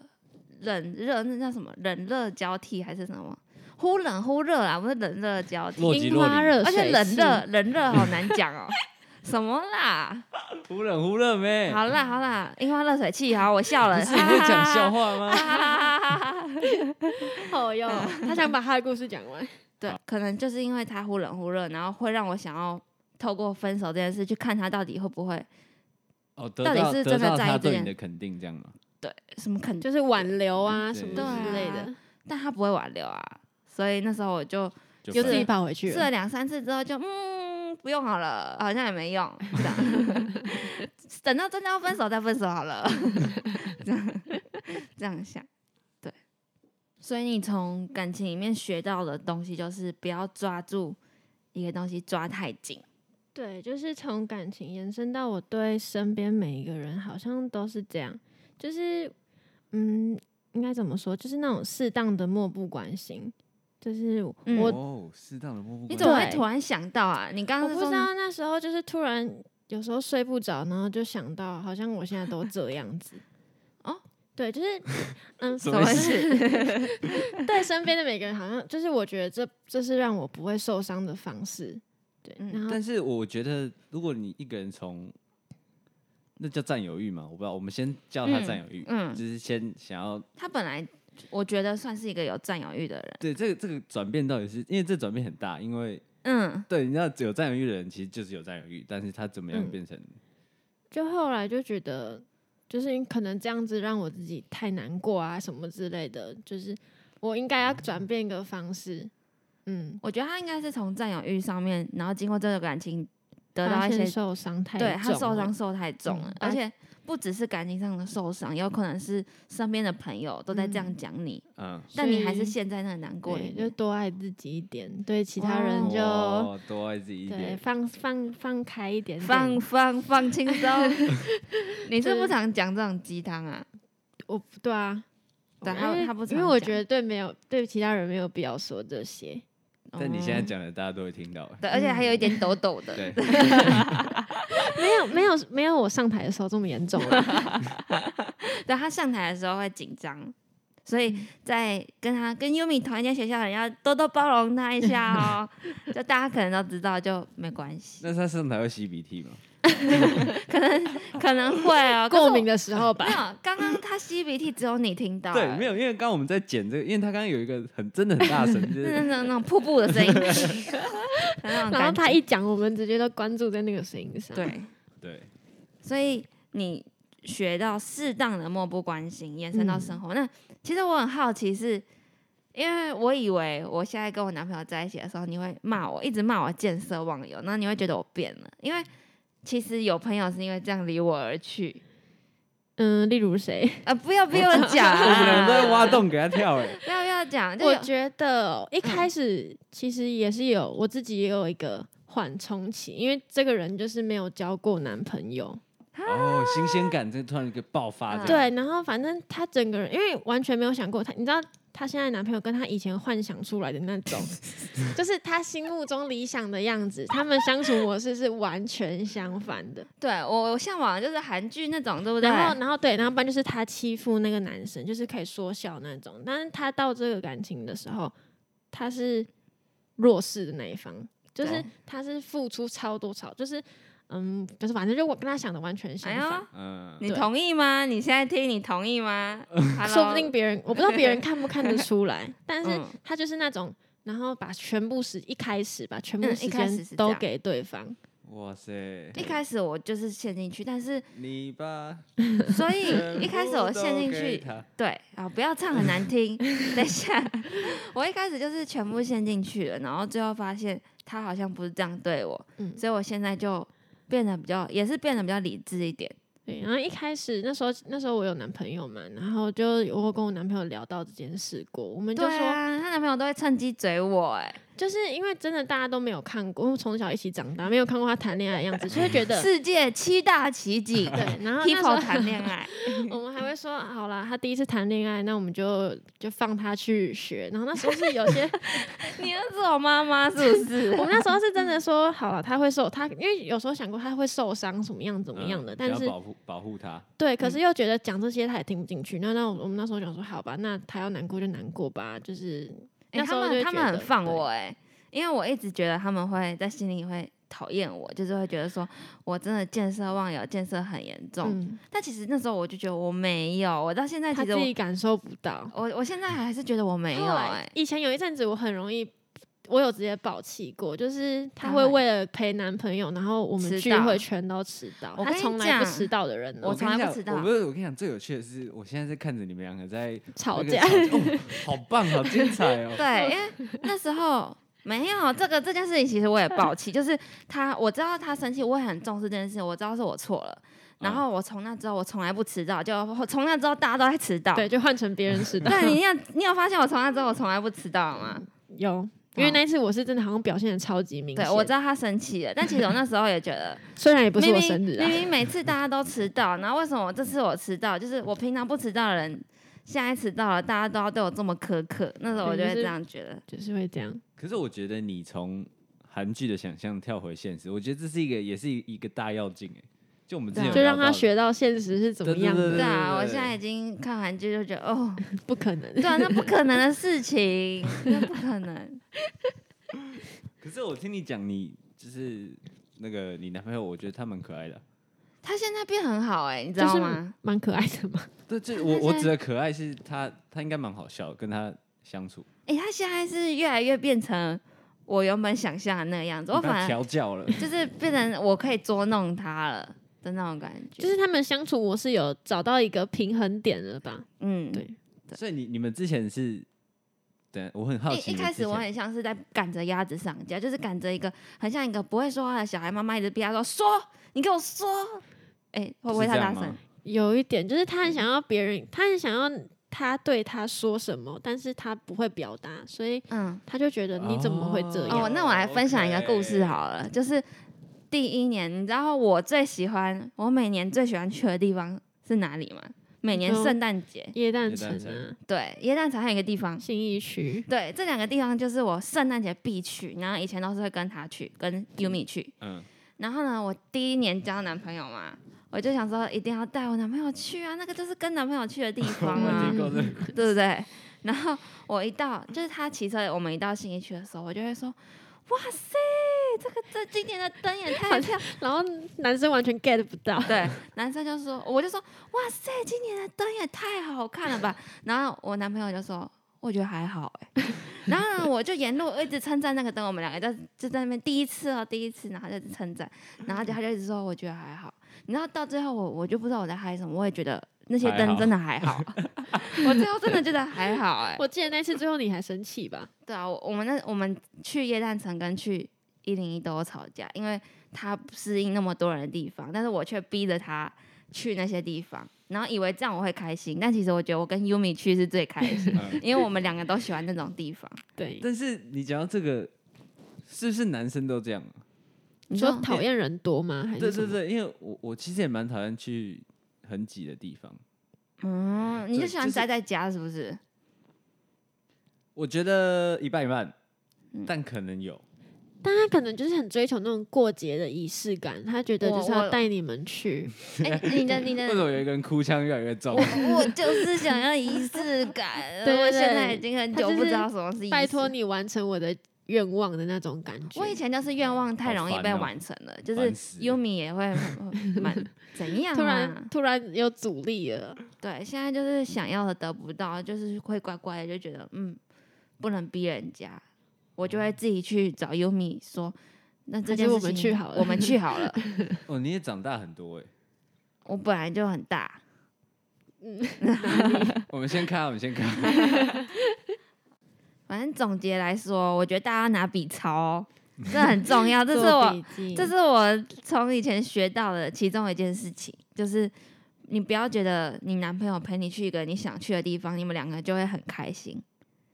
Speaker 3: 冷热那叫什么冷热交替还是什么？忽冷忽热啊，不是冷热交替，
Speaker 2: 洛极
Speaker 4: 樱
Speaker 2: 洛
Speaker 4: 花
Speaker 2: 里
Speaker 4: 热水
Speaker 3: 而且冷
Speaker 4: 器，
Speaker 3: 热冷热好难讲哦。 [laughs] 什么啦？
Speaker 2: 忽冷忽热呗。
Speaker 3: 好啦好啦，樱花热水器，好，我笑了。
Speaker 2: [laughs] 不是你会讲笑
Speaker 3: 话？
Speaker 2: 话吗？
Speaker 4: 哦哟，他想把他的故事讲完。
Speaker 3: [laughs] 对，可能就是因为他忽冷忽热，然后会让我想要透过分手这件事去看他到底会不会
Speaker 2: [laughs] 哦，得
Speaker 3: 到底
Speaker 2: 到
Speaker 3: 是
Speaker 2: 得
Speaker 3: 真的
Speaker 2: 到
Speaker 3: 在
Speaker 2: 他
Speaker 3: 意这
Speaker 2: 对
Speaker 3: 件
Speaker 2: 你的肯定，这样吗？
Speaker 3: 对什么肯定，
Speaker 4: 就是挽留啊
Speaker 2: 对
Speaker 4: 什么
Speaker 2: 对
Speaker 4: 之类的，
Speaker 3: 但他不会挽留啊。所以那时候我就
Speaker 2: 就
Speaker 4: 就
Speaker 2: 分
Speaker 4: 自
Speaker 2: 了
Speaker 4: 己跑回去
Speaker 3: 试
Speaker 4: 了
Speaker 3: 了。两三次之后就，嗯，不用好了，好像也没用，这样等到真的要分手再分手好了，这样这样想，对。所以你从感情里面学到的东西就是不要抓住一个东西抓太紧，
Speaker 4: 对，就是从感情延伸到我对身边每一个人，好像都是这样。就是，嗯，应该怎么说？就是那种适当的漠不关心。就是我，
Speaker 3: 嗯
Speaker 4: 我
Speaker 2: 哦，适当的摸不
Speaker 3: 你
Speaker 2: 关
Speaker 3: 怎么会
Speaker 4: 对
Speaker 3: 突然想到啊？你刚
Speaker 4: 我
Speaker 3: 刚
Speaker 4: 不
Speaker 3: 是
Speaker 4: 知
Speaker 3: 说
Speaker 4: 道那时候就是突然有时候睡不着，然后就想到好像我现在都这样子。
Speaker 3: 哦，
Speaker 4: 对，就是
Speaker 3: [laughs]
Speaker 4: 嗯，
Speaker 2: 什
Speaker 3: 怎么
Speaker 2: 意
Speaker 3: 是？
Speaker 4: [laughs] 对身边的每个人，好像就是我觉得这这是让我不会受伤的方式。对，
Speaker 3: 嗯
Speaker 4: 然后
Speaker 2: 但是我觉得，如果你一个人从，那叫占有欲嘛，我不知道。我们先叫他占有欲，
Speaker 3: 嗯嗯
Speaker 2: 就是先想要
Speaker 3: 他本来我觉得算是一个有占有欲的人，
Speaker 2: 对这个这个转变到底是因为这转变很大，因为
Speaker 3: 嗯，
Speaker 2: 对你知道有占有欲的人其实就是有占有欲，但是他怎么样
Speaker 3: 嗯
Speaker 2: 变成、
Speaker 4: 就后来就觉得，就是可能这样子让我自己太难过啊，什么之类的，就是我应该要转变一个方式。嗯，
Speaker 3: 我觉得他应该是从占有欲上面，然后经过这个感情得到
Speaker 4: 发
Speaker 3: 一些
Speaker 4: 现受伤太
Speaker 3: 对他
Speaker 4: 重
Speaker 3: 受
Speaker 4: 了
Speaker 3: 伤受太重了
Speaker 4: 嗯，
Speaker 3: 而
Speaker 4: 把
Speaker 3: 且不只是感情上的受伤，有可能是身边的朋友都在这样
Speaker 4: 嗯
Speaker 3: 讲你，
Speaker 2: 嗯？
Speaker 3: 但你还是
Speaker 4: 所以
Speaker 3: 陷在那个难过
Speaker 4: 对
Speaker 3: 里
Speaker 4: 就
Speaker 3: 面。
Speaker 4: 多爱自己一点，对其他
Speaker 3: 嗯
Speaker 4: 人就、
Speaker 2: 哦多爱自己一
Speaker 4: 对
Speaker 2: 点，
Speaker 4: 放放放开一点点
Speaker 3: 放放放轻
Speaker 4: [laughs]
Speaker 3: 松， [laughs] 你是
Speaker 4: 就
Speaker 3: 不
Speaker 4: 是
Speaker 3: 常讲这种鸡汤啊？
Speaker 4: 我不对啊，
Speaker 3: 对
Speaker 4: 因
Speaker 3: 他
Speaker 4: 为
Speaker 3: 他不
Speaker 4: 因为
Speaker 3: 常
Speaker 4: 我
Speaker 3: 讲
Speaker 4: 觉得对没有对其他人没有必要说这些。
Speaker 2: 但你现在
Speaker 3: 哦
Speaker 2: 讲的嗯大家都会听到。
Speaker 3: 对，而且还有一点抖抖的，
Speaker 2: 对，
Speaker 4: 没有没有没有我上台的时候这么严重啊了。
Speaker 3: [laughs] 对他上台的时候会紧张，所以
Speaker 4: 嗯
Speaker 3: 在跟他跟优米同一间学校的人要多多包容他一下
Speaker 4: [laughs]
Speaker 3: 哦。就大家可能都知道，就没关系，
Speaker 2: 那他上台会吸鼻涕吗？
Speaker 3: [laughs] 可能会哦。可是
Speaker 4: 过
Speaker 3: 我
Speaker 4: 敏的时候
Speaker 3: [laughs] 没有
Speaker 4: 吧，，
Speaker 3: 刚刚他吸鼻涕只有你听到，
Speaker 2: 对，没
Speaker 3: 有。
Speaker 2: 有，因为刚刚我们在剪这个，因为他刚刚有一个很真的很大声，就
Speaker 3: 那
Speaker 2: 是
Speaker 3: 种那种瀑布的声音，然
Speaker 4: 然后他一讲，我们直接都关注在那个声音上。
Speaker 3: 对，
Speaker 2: [laughs] 对，
Speaker 3: 所以你学到适当的漠不关心，延伸到生活。那其实我很好奇是，因为我以为我现在跟我男朋友在一起的时候，你会骂我，一直骂我见色忘友，那你会觉得我变了，因为其实有朋友是因为这样离我而去。
Speaker 4: 嗯，例如谁？
Speaker 3: 啊、不要不要讲、
Speaker 2: 我们两个都在挖
Speaker 3: 啊，
Speaker 2: 洞给他跳，哎，
Speaker 3: 不要不要讲，就
Speaker 4: 我
Speaker 3: 有嗯
Speaker 4: 觉得哦一开始其实也是有我自己也有一个缓冲期，因为这个人就是没有交过男朋友，
Speaker 2: 哦，新鲜感这突然一个爆发，
Speaker 3: 嗯
Speaker 2: 这样
Speaker 4: 对，然后反正他整个人因为完全没有想过他，你知道他现在男朋友跟他以前幻想出来的那种，就是他心目中理想的样子，他们相处模式是完全相反的。
Speaker 3: 对我我向往的就是韩剧那种，对不对？
Speaker 4: 然后，然后对，然后不然就是他欺负那个男生，就是可以说笑那种。但是他到这个感情的时候，他是弱势的那一方，就是
Speaker 2: 懂
Speaker 4: 他是付出超多超，就是嗯，就是反正就我跟他想的完全相
Speaker 3: 哎
Speaker 4: 反。
Speaker 3: 呦，
Speaker 2: 嗯，
Speaker 3: 你
Speaker 4: 对
Speaker 3: 同意吗？你现在听，你同意
Speaker 4: [laughs]
Speaker 3: 吗？
Speaker 4: 说不
Speaker 3: 哎 Hello
Speaker 4: 定别人我不知道别人看不看得
Speaker 3: [laughs]
Speaker 4: 出来，但是
Speaker 3: 嗯
Speaker 4: 他就是那种，然后把全部时一开始把全部
Speaker 3: 嗯一
Speaker 4: 时
Speaker 3: 开始
Speaker 4: 间
Speaker 3: 是这
Speaker 4: 都
Speaker 3: 样
Speaker 4: 给对方，
Speaker 2: 哇塞，
Speaker 3: 一开始我就是陷进去，但 [laughs] 是
Speaker 2: 你把
Speaker 3: 所以一开始我陷进去，对啊，不要唱很难
Speaker 4: [laughs]
Speaker 3: 听。等一下，我一开始就是全部陷进去了，然后最后发现他好像不是这样对我，
Speaker 4: 嗯
Speaker 3: 所以我现在就变得比较，也是变得比较理智一点。
Speaker 4: 对，然后一开始那时候那时候我有男朋友嘛，然后就我有跟我男朋友聊到这件事过，我们就
Speaker 3: 对
Speaker 4: 说、
Speaker 3: 啊，她男朋友都会趁机追我、哎
Speaker 4: 就是因为真的大家都没有看过，因为从小一起长大，没有看过他谈恋爱的
Speaker 3: [laughs]
Speaker 4: 样子，就会觉
Speaker 3: 哎，
Speaker 4: 得
Speaker 3: 世界七大奇景，
Speaker 4: 对。然
Speaker 3: [laughs]
Speaker 4: 后那时候
Speaker 3: ，people 谈恋
Speaker 4: [laughs]
Speaker 3: 爱，
Speaker 4: 我们还会说，好啦，他第一次谈恋爱，那我们就就放他去学。然后那时候是
Speaker 3: [laughs]
Speaker 4: 有些， [laughs]
Speaker 3: 你儿子我妈妈是不是
Speaker 4: 我？们那时候是真的说，好了，他会受他，因为有时候想过他会受伤什么样怎么样的，但是
Speaker 2: 嗯保护保护他，
Speaker 4: 对，
Speaker 3: 嗯
Speaker 4: 可是又觉得讲这些他也听不进去。那那我们那时候想说，好吧，那他要难过就难过吧，就是
Speaker 3: 哎
Speaker 4: 那时
Speaker 3: 他
Speaker 4: 候就
Speaker 3: 们
Speaker 4: 会
Speaker 3: 他
Speaker 4: 觉
Speaker 3: 们很
Speaker 4: 得
Speaker 3: 放欸
Speaker 4: 对
Speaker 3: 我哎、因为我一直觉得他们会在心里会讨厌我，就是会觉得说我真的见色忘友，见色很严重。
Speaker 4: 嗯，
Speaker 3: 但其实那时候我就觉得我没有，我到现在
Speaker 4: 他
Speaker 3: 其实
Speaker 4: 自
Speaker 3: 我
Speaker 4: 己感受不到。
Speaker 3: 我我现在还是觉得我没有
Speaker 4: 后
Speaker 3: 哎、
Speaker 4: 来以前有一阵子我很容易，我有直接爆气过，就是她
Speaker 3: 她
Speaker 4: 会
Speaker 3: 会
Speaker 4: 为了陪男朋友，然后我们
Speaker 3: 迟
Speaker 4: 聚
Speaker 3: 到
Speaker 4: 会全都迟到，
Speaker 3: 我
Speaker 4: 她
Speaker 3: 跟你
Speaker 4: 从来不
Speaker 3: 讲
Speaker 4: 迟到的人哦，
Speaker 3: 我从来
Speaker 2: 跟你
Speaker 3: 不
Speaker 2: 讲
Speaker 3: 迟到
Speaker 2: 我不是，我跟你讲，最有趣的是，我现在在看着你们两个在
Speaker 4: 吵
Speaker 2: 那个
Speaker 4: 架。
Speaker 3: [laughs]
Speaker 2: 哦，好棒，好精彩哦！
Speaker 3: 对，因为那时候没有这个这件事情，其实我也抱气，就是他我知道他生气，我也很重视这件事，我知道是我错了。
Speaker 4: 嗯
Speaker 3: 然后我从那之后，我从来不迟到，就从那之后大家都在迟到。
Speaker 4: 对，就换成别
Speaker 3: [laughs]
Speaker 4: 人迟到。
Speaker 3: 对，你有你有发现我从那之后我从来不迟到吗？
Speaker 4: 有，因为
Speaker 3: 嗯
Speaker 4: 那一次我是真的好像表现的超级明显。
Speaker 3: 对，我知道他生气了，但其实我那时候也觉得，
Speaker 4: 虽然也不是
Speaker 3: 明
Speaker 4: 我
Speaker 3: 明
Speaker 4: 生日
Speaker 3: 明
Speaker 4: 啊，
Speaker 3: 明每次大家都迟到，然后为什么我这次我迟到？就是我平常不迟到的人，现在迟到了，大家都要对我这么苛刻。那时候我就
Speaker 4: 对
Speaker 3: 会
Speaker 4: 就是
Speaker 3: 这样觉得。
Speaker 4: 就是会这样。
Speaker 2: 可是我觉得你从韩剧的想象跳回现实，我觉得这是一个也是一个大要进哎、就我们之前有
Speaker 3: 啊
Speaker 4: 就让
Speaker 2: 聊
Speaker 4: 他
Speaker 2: 到
Speaker 4: 学到现实是怎么样
Speaker 2: 对
Speaker 4: 的，
Speaker 3: 对啊，
Speaker 2: 对
Speaker 3: 我
Speaker 2: 对
Speaker 3: 现在已经看韩剧就觉得哦，
Speaker 4: 不可能。
Speaker 3: 对啊，那不可能的事情，那不可能。
Speaker 2: 可是我听你讲，你就是那个你男朋友，我觉得他蛮可爱的啊。
Speaker 3: 他现在变很好哎、你知
Speaker 4: 就
Speaker 3: 道
Speaker 4: 是
Speaker 3: 吗？
Speaker 4: [laughs] 蛮可爱的嘛，
Speaker 2: 对，这
Speaker 3: 他
Speaker 2: 我
Speaker 3: 现
Speaker 2: 我
Speaker 3: 在
Speaker 2: 指的可爱是他，他应该蛮好笑的，跟他相处，
Speaker 3: 哎、他现在是越来越变成我原本想象的那个样子，我
Speaker 2: 你把他
Speaker 3: 反而
Speaker 2: 调教了。
Speaker 3: 就是变成我可以捉弄他了的那种感觉。
Speaker 4: [laughs] 就是他们相处模式有找到一个平衡点了吧？
Speaker 3: 嗯，
Speaker 4: 对
Speaker 2: 所以你你们之前是，对，我很好奇
Speaker 3: 一一
Speaker 2: 你们之前。
Speaker 3: 开始我很像是在赶着鸭子上架，就是赶着一个很像一个不会说话的小孩，妈妈一直逼他说说，你给我说。哎、会不会
Speaker 2: 是
Speaker 3: 太
Speaker 2: 这
Speaker 3: 大
Speaker 2: 样吗
Speaker 3: 声？
Speaker 4: 有一点就是他很想要别人，他很想要他对他说什么，但是他不会表达，所以
Speaker 3: 嗯，
Speaker 4: 他就觉得你怎么会这
Speaker 2: 哎呀
Speaker 4: 样？
Speaker 3: 哦，那我来分享一个故事
Speaker 2: OK
Speaker 3: 好了，就是第一年，你知道我最喜欢，我每年最喜欢去的地方是哪里吗？每年
Speaker 4: 你说
Speaker 3: 圣诞节，
Speaker 4: 耶诞城
Speaker 2: 耶诞
Speaker 4: 啊
Speaker 2: 城，
Speaker 3: 对，耶诞城还有一个地方，
Speaker 4: 信义区，
Speaker 3: 对，这两个地方就是我圣诞节必去，然后以前都是会跟他去，跟 Yumi 去。
Speaker 2: 嗯，
Speaker 3: 然后呢，我第一年交男朋友嘛，我就想说一定要带我男朋友去啊，那个就是跟男朋友去的地 [laughs] 方
Speaker 2: 我
Speaker 3: 啊
Speaker 2: 听，过这个
Speaker 3: 对不对？然后我一到，就是他骑车，我们一到信义区的时候，我就会说：“哇塞，这个这今年的灯也 [laughs] 太漂亮。
Speaker 4: [laughs] 然后男生完全 get 不到”，
Speaker 3: 对，男生就说，我就说：“哇塞，今年的灯也太好看了吧？”然后我男朋友就说。我觉得还好哎、然后呢，我就沿路一直称赞那个灯，我们两个就就在那边第一次哦，第一次，然后就一直称赞，然后就他就一直说我觉得还好，你知道到最后我我就不知道我在嗨什么，我也觉得那些
Speaker 2: 还
Speaker 3: 灯
Speaker 2: 好，
Speaker 3: 真的还好， [laughs] 我最后真的觉得还好哎、
Speaker 4: 我记得那次最后你还生气吧？
Speaker 3: 对啊，我我们那我们去夜蛋城跟去一零一都有吵架，因为他不适应那么多人的地方，但是我却逼着他去那些地方，然后以为这样我会开心，但其实我觉得我跟 Yumi 去是最开心
Speaker 2: 嗯
Speaker 3: [laughs] 因为我们两个都喜欢那种地方。
Speaker 4: 对，
Speaker 2: 但是你讲到这个，是不是男生都这样啊？
Speaker 4: 你
Speaker 3: 你
Speaker 4: 说
Speaker 3: 说
Speaker 4: 讨厌人多吗？还是
Speaker 2: 对
Speaker 4: 什
Speaker 2: 对
Speaker 4: 么，
Speaker 2: 对，因为我我其实也蛮讨厌去很挤的地方。
Speaker 3: 嗯，你就
Speaker 2: 对
Speaker 3: 喜欢
Speaker 2: 就是
Speaker 3: 宅在家是
Speaker 2: [laughs]
Speaker 3: 不是？
Speaker 2: 我觉得一半一半，
Speaker 3: 嗯
Speaker 2: 但可能有。
Speaker 4: 但他可能就是很追求那种过节的仪式感，他觉得就是
Speaker 3: 我
Speaker 4: 要
Speaker 3: 我
Speaker 4: 带你们去，
Speaker 3: 哎、你的你
Speaker 2: 为什
Speaker 3: 的。
Speaker 2: 么有一个人哭腔越来越重
Speaker 3: 我？ [laughs] 我就是想要仪式感，
Speaker 4: [laughs] 对对
Speaker 3: 我现在
Speaker 4: 对
Speaker 3: 已经很
Speaker 4: 他
Speaker 3: 久
Speaker 4: 就
Speaker 3: 不
Speaker 4: 是
Speaker 3: 知道什么是仪式。
Speaker 4: 拜托你完成我的愿望的那种感觉。
Speaker 3: 我以前就是愿望太容易被完成了，就
Speaker 2: 哦烦
Speaker 3: 是
Speaker 2: 死
Speaker 3: Yumi 也会很蛮怎样、啊？
Speaker 4: 突然突然有阻力了，
Speaker 3: 对，现在就是想要的得不到，就是会乖乖的就觉得嗯，不能逼人家，我就会自己去找 Yumi 说，那这
Speaker 4: 还
Speaker 3: 件事
Speaker 4: 是嗯我们
Speaker 3: 情
Speaker 4: 去好了
Speaker 3: 我们
Speaker 4: [laughs]
Speaker 3: 去好了。
Speaker 2: 哦，你也长大很多哎。
Speaker 3: 我本来就很大，
Speaker 2: 我们先看，我们啊先
Speaker 3: [laughs]
Speaker 2: 看。
Speaker 3: 反正总结来说，我觉得大家拿笔抄、哦，这很重要，这是
Speaker 4: 做
Speaker 3: 我
Speaker 4: 笔记
Speaker 3: 这是我从以前学到的其中一件事情，就是你不要觉得你男朋友陪你去一个你想去的地方，你们两个就会很开心。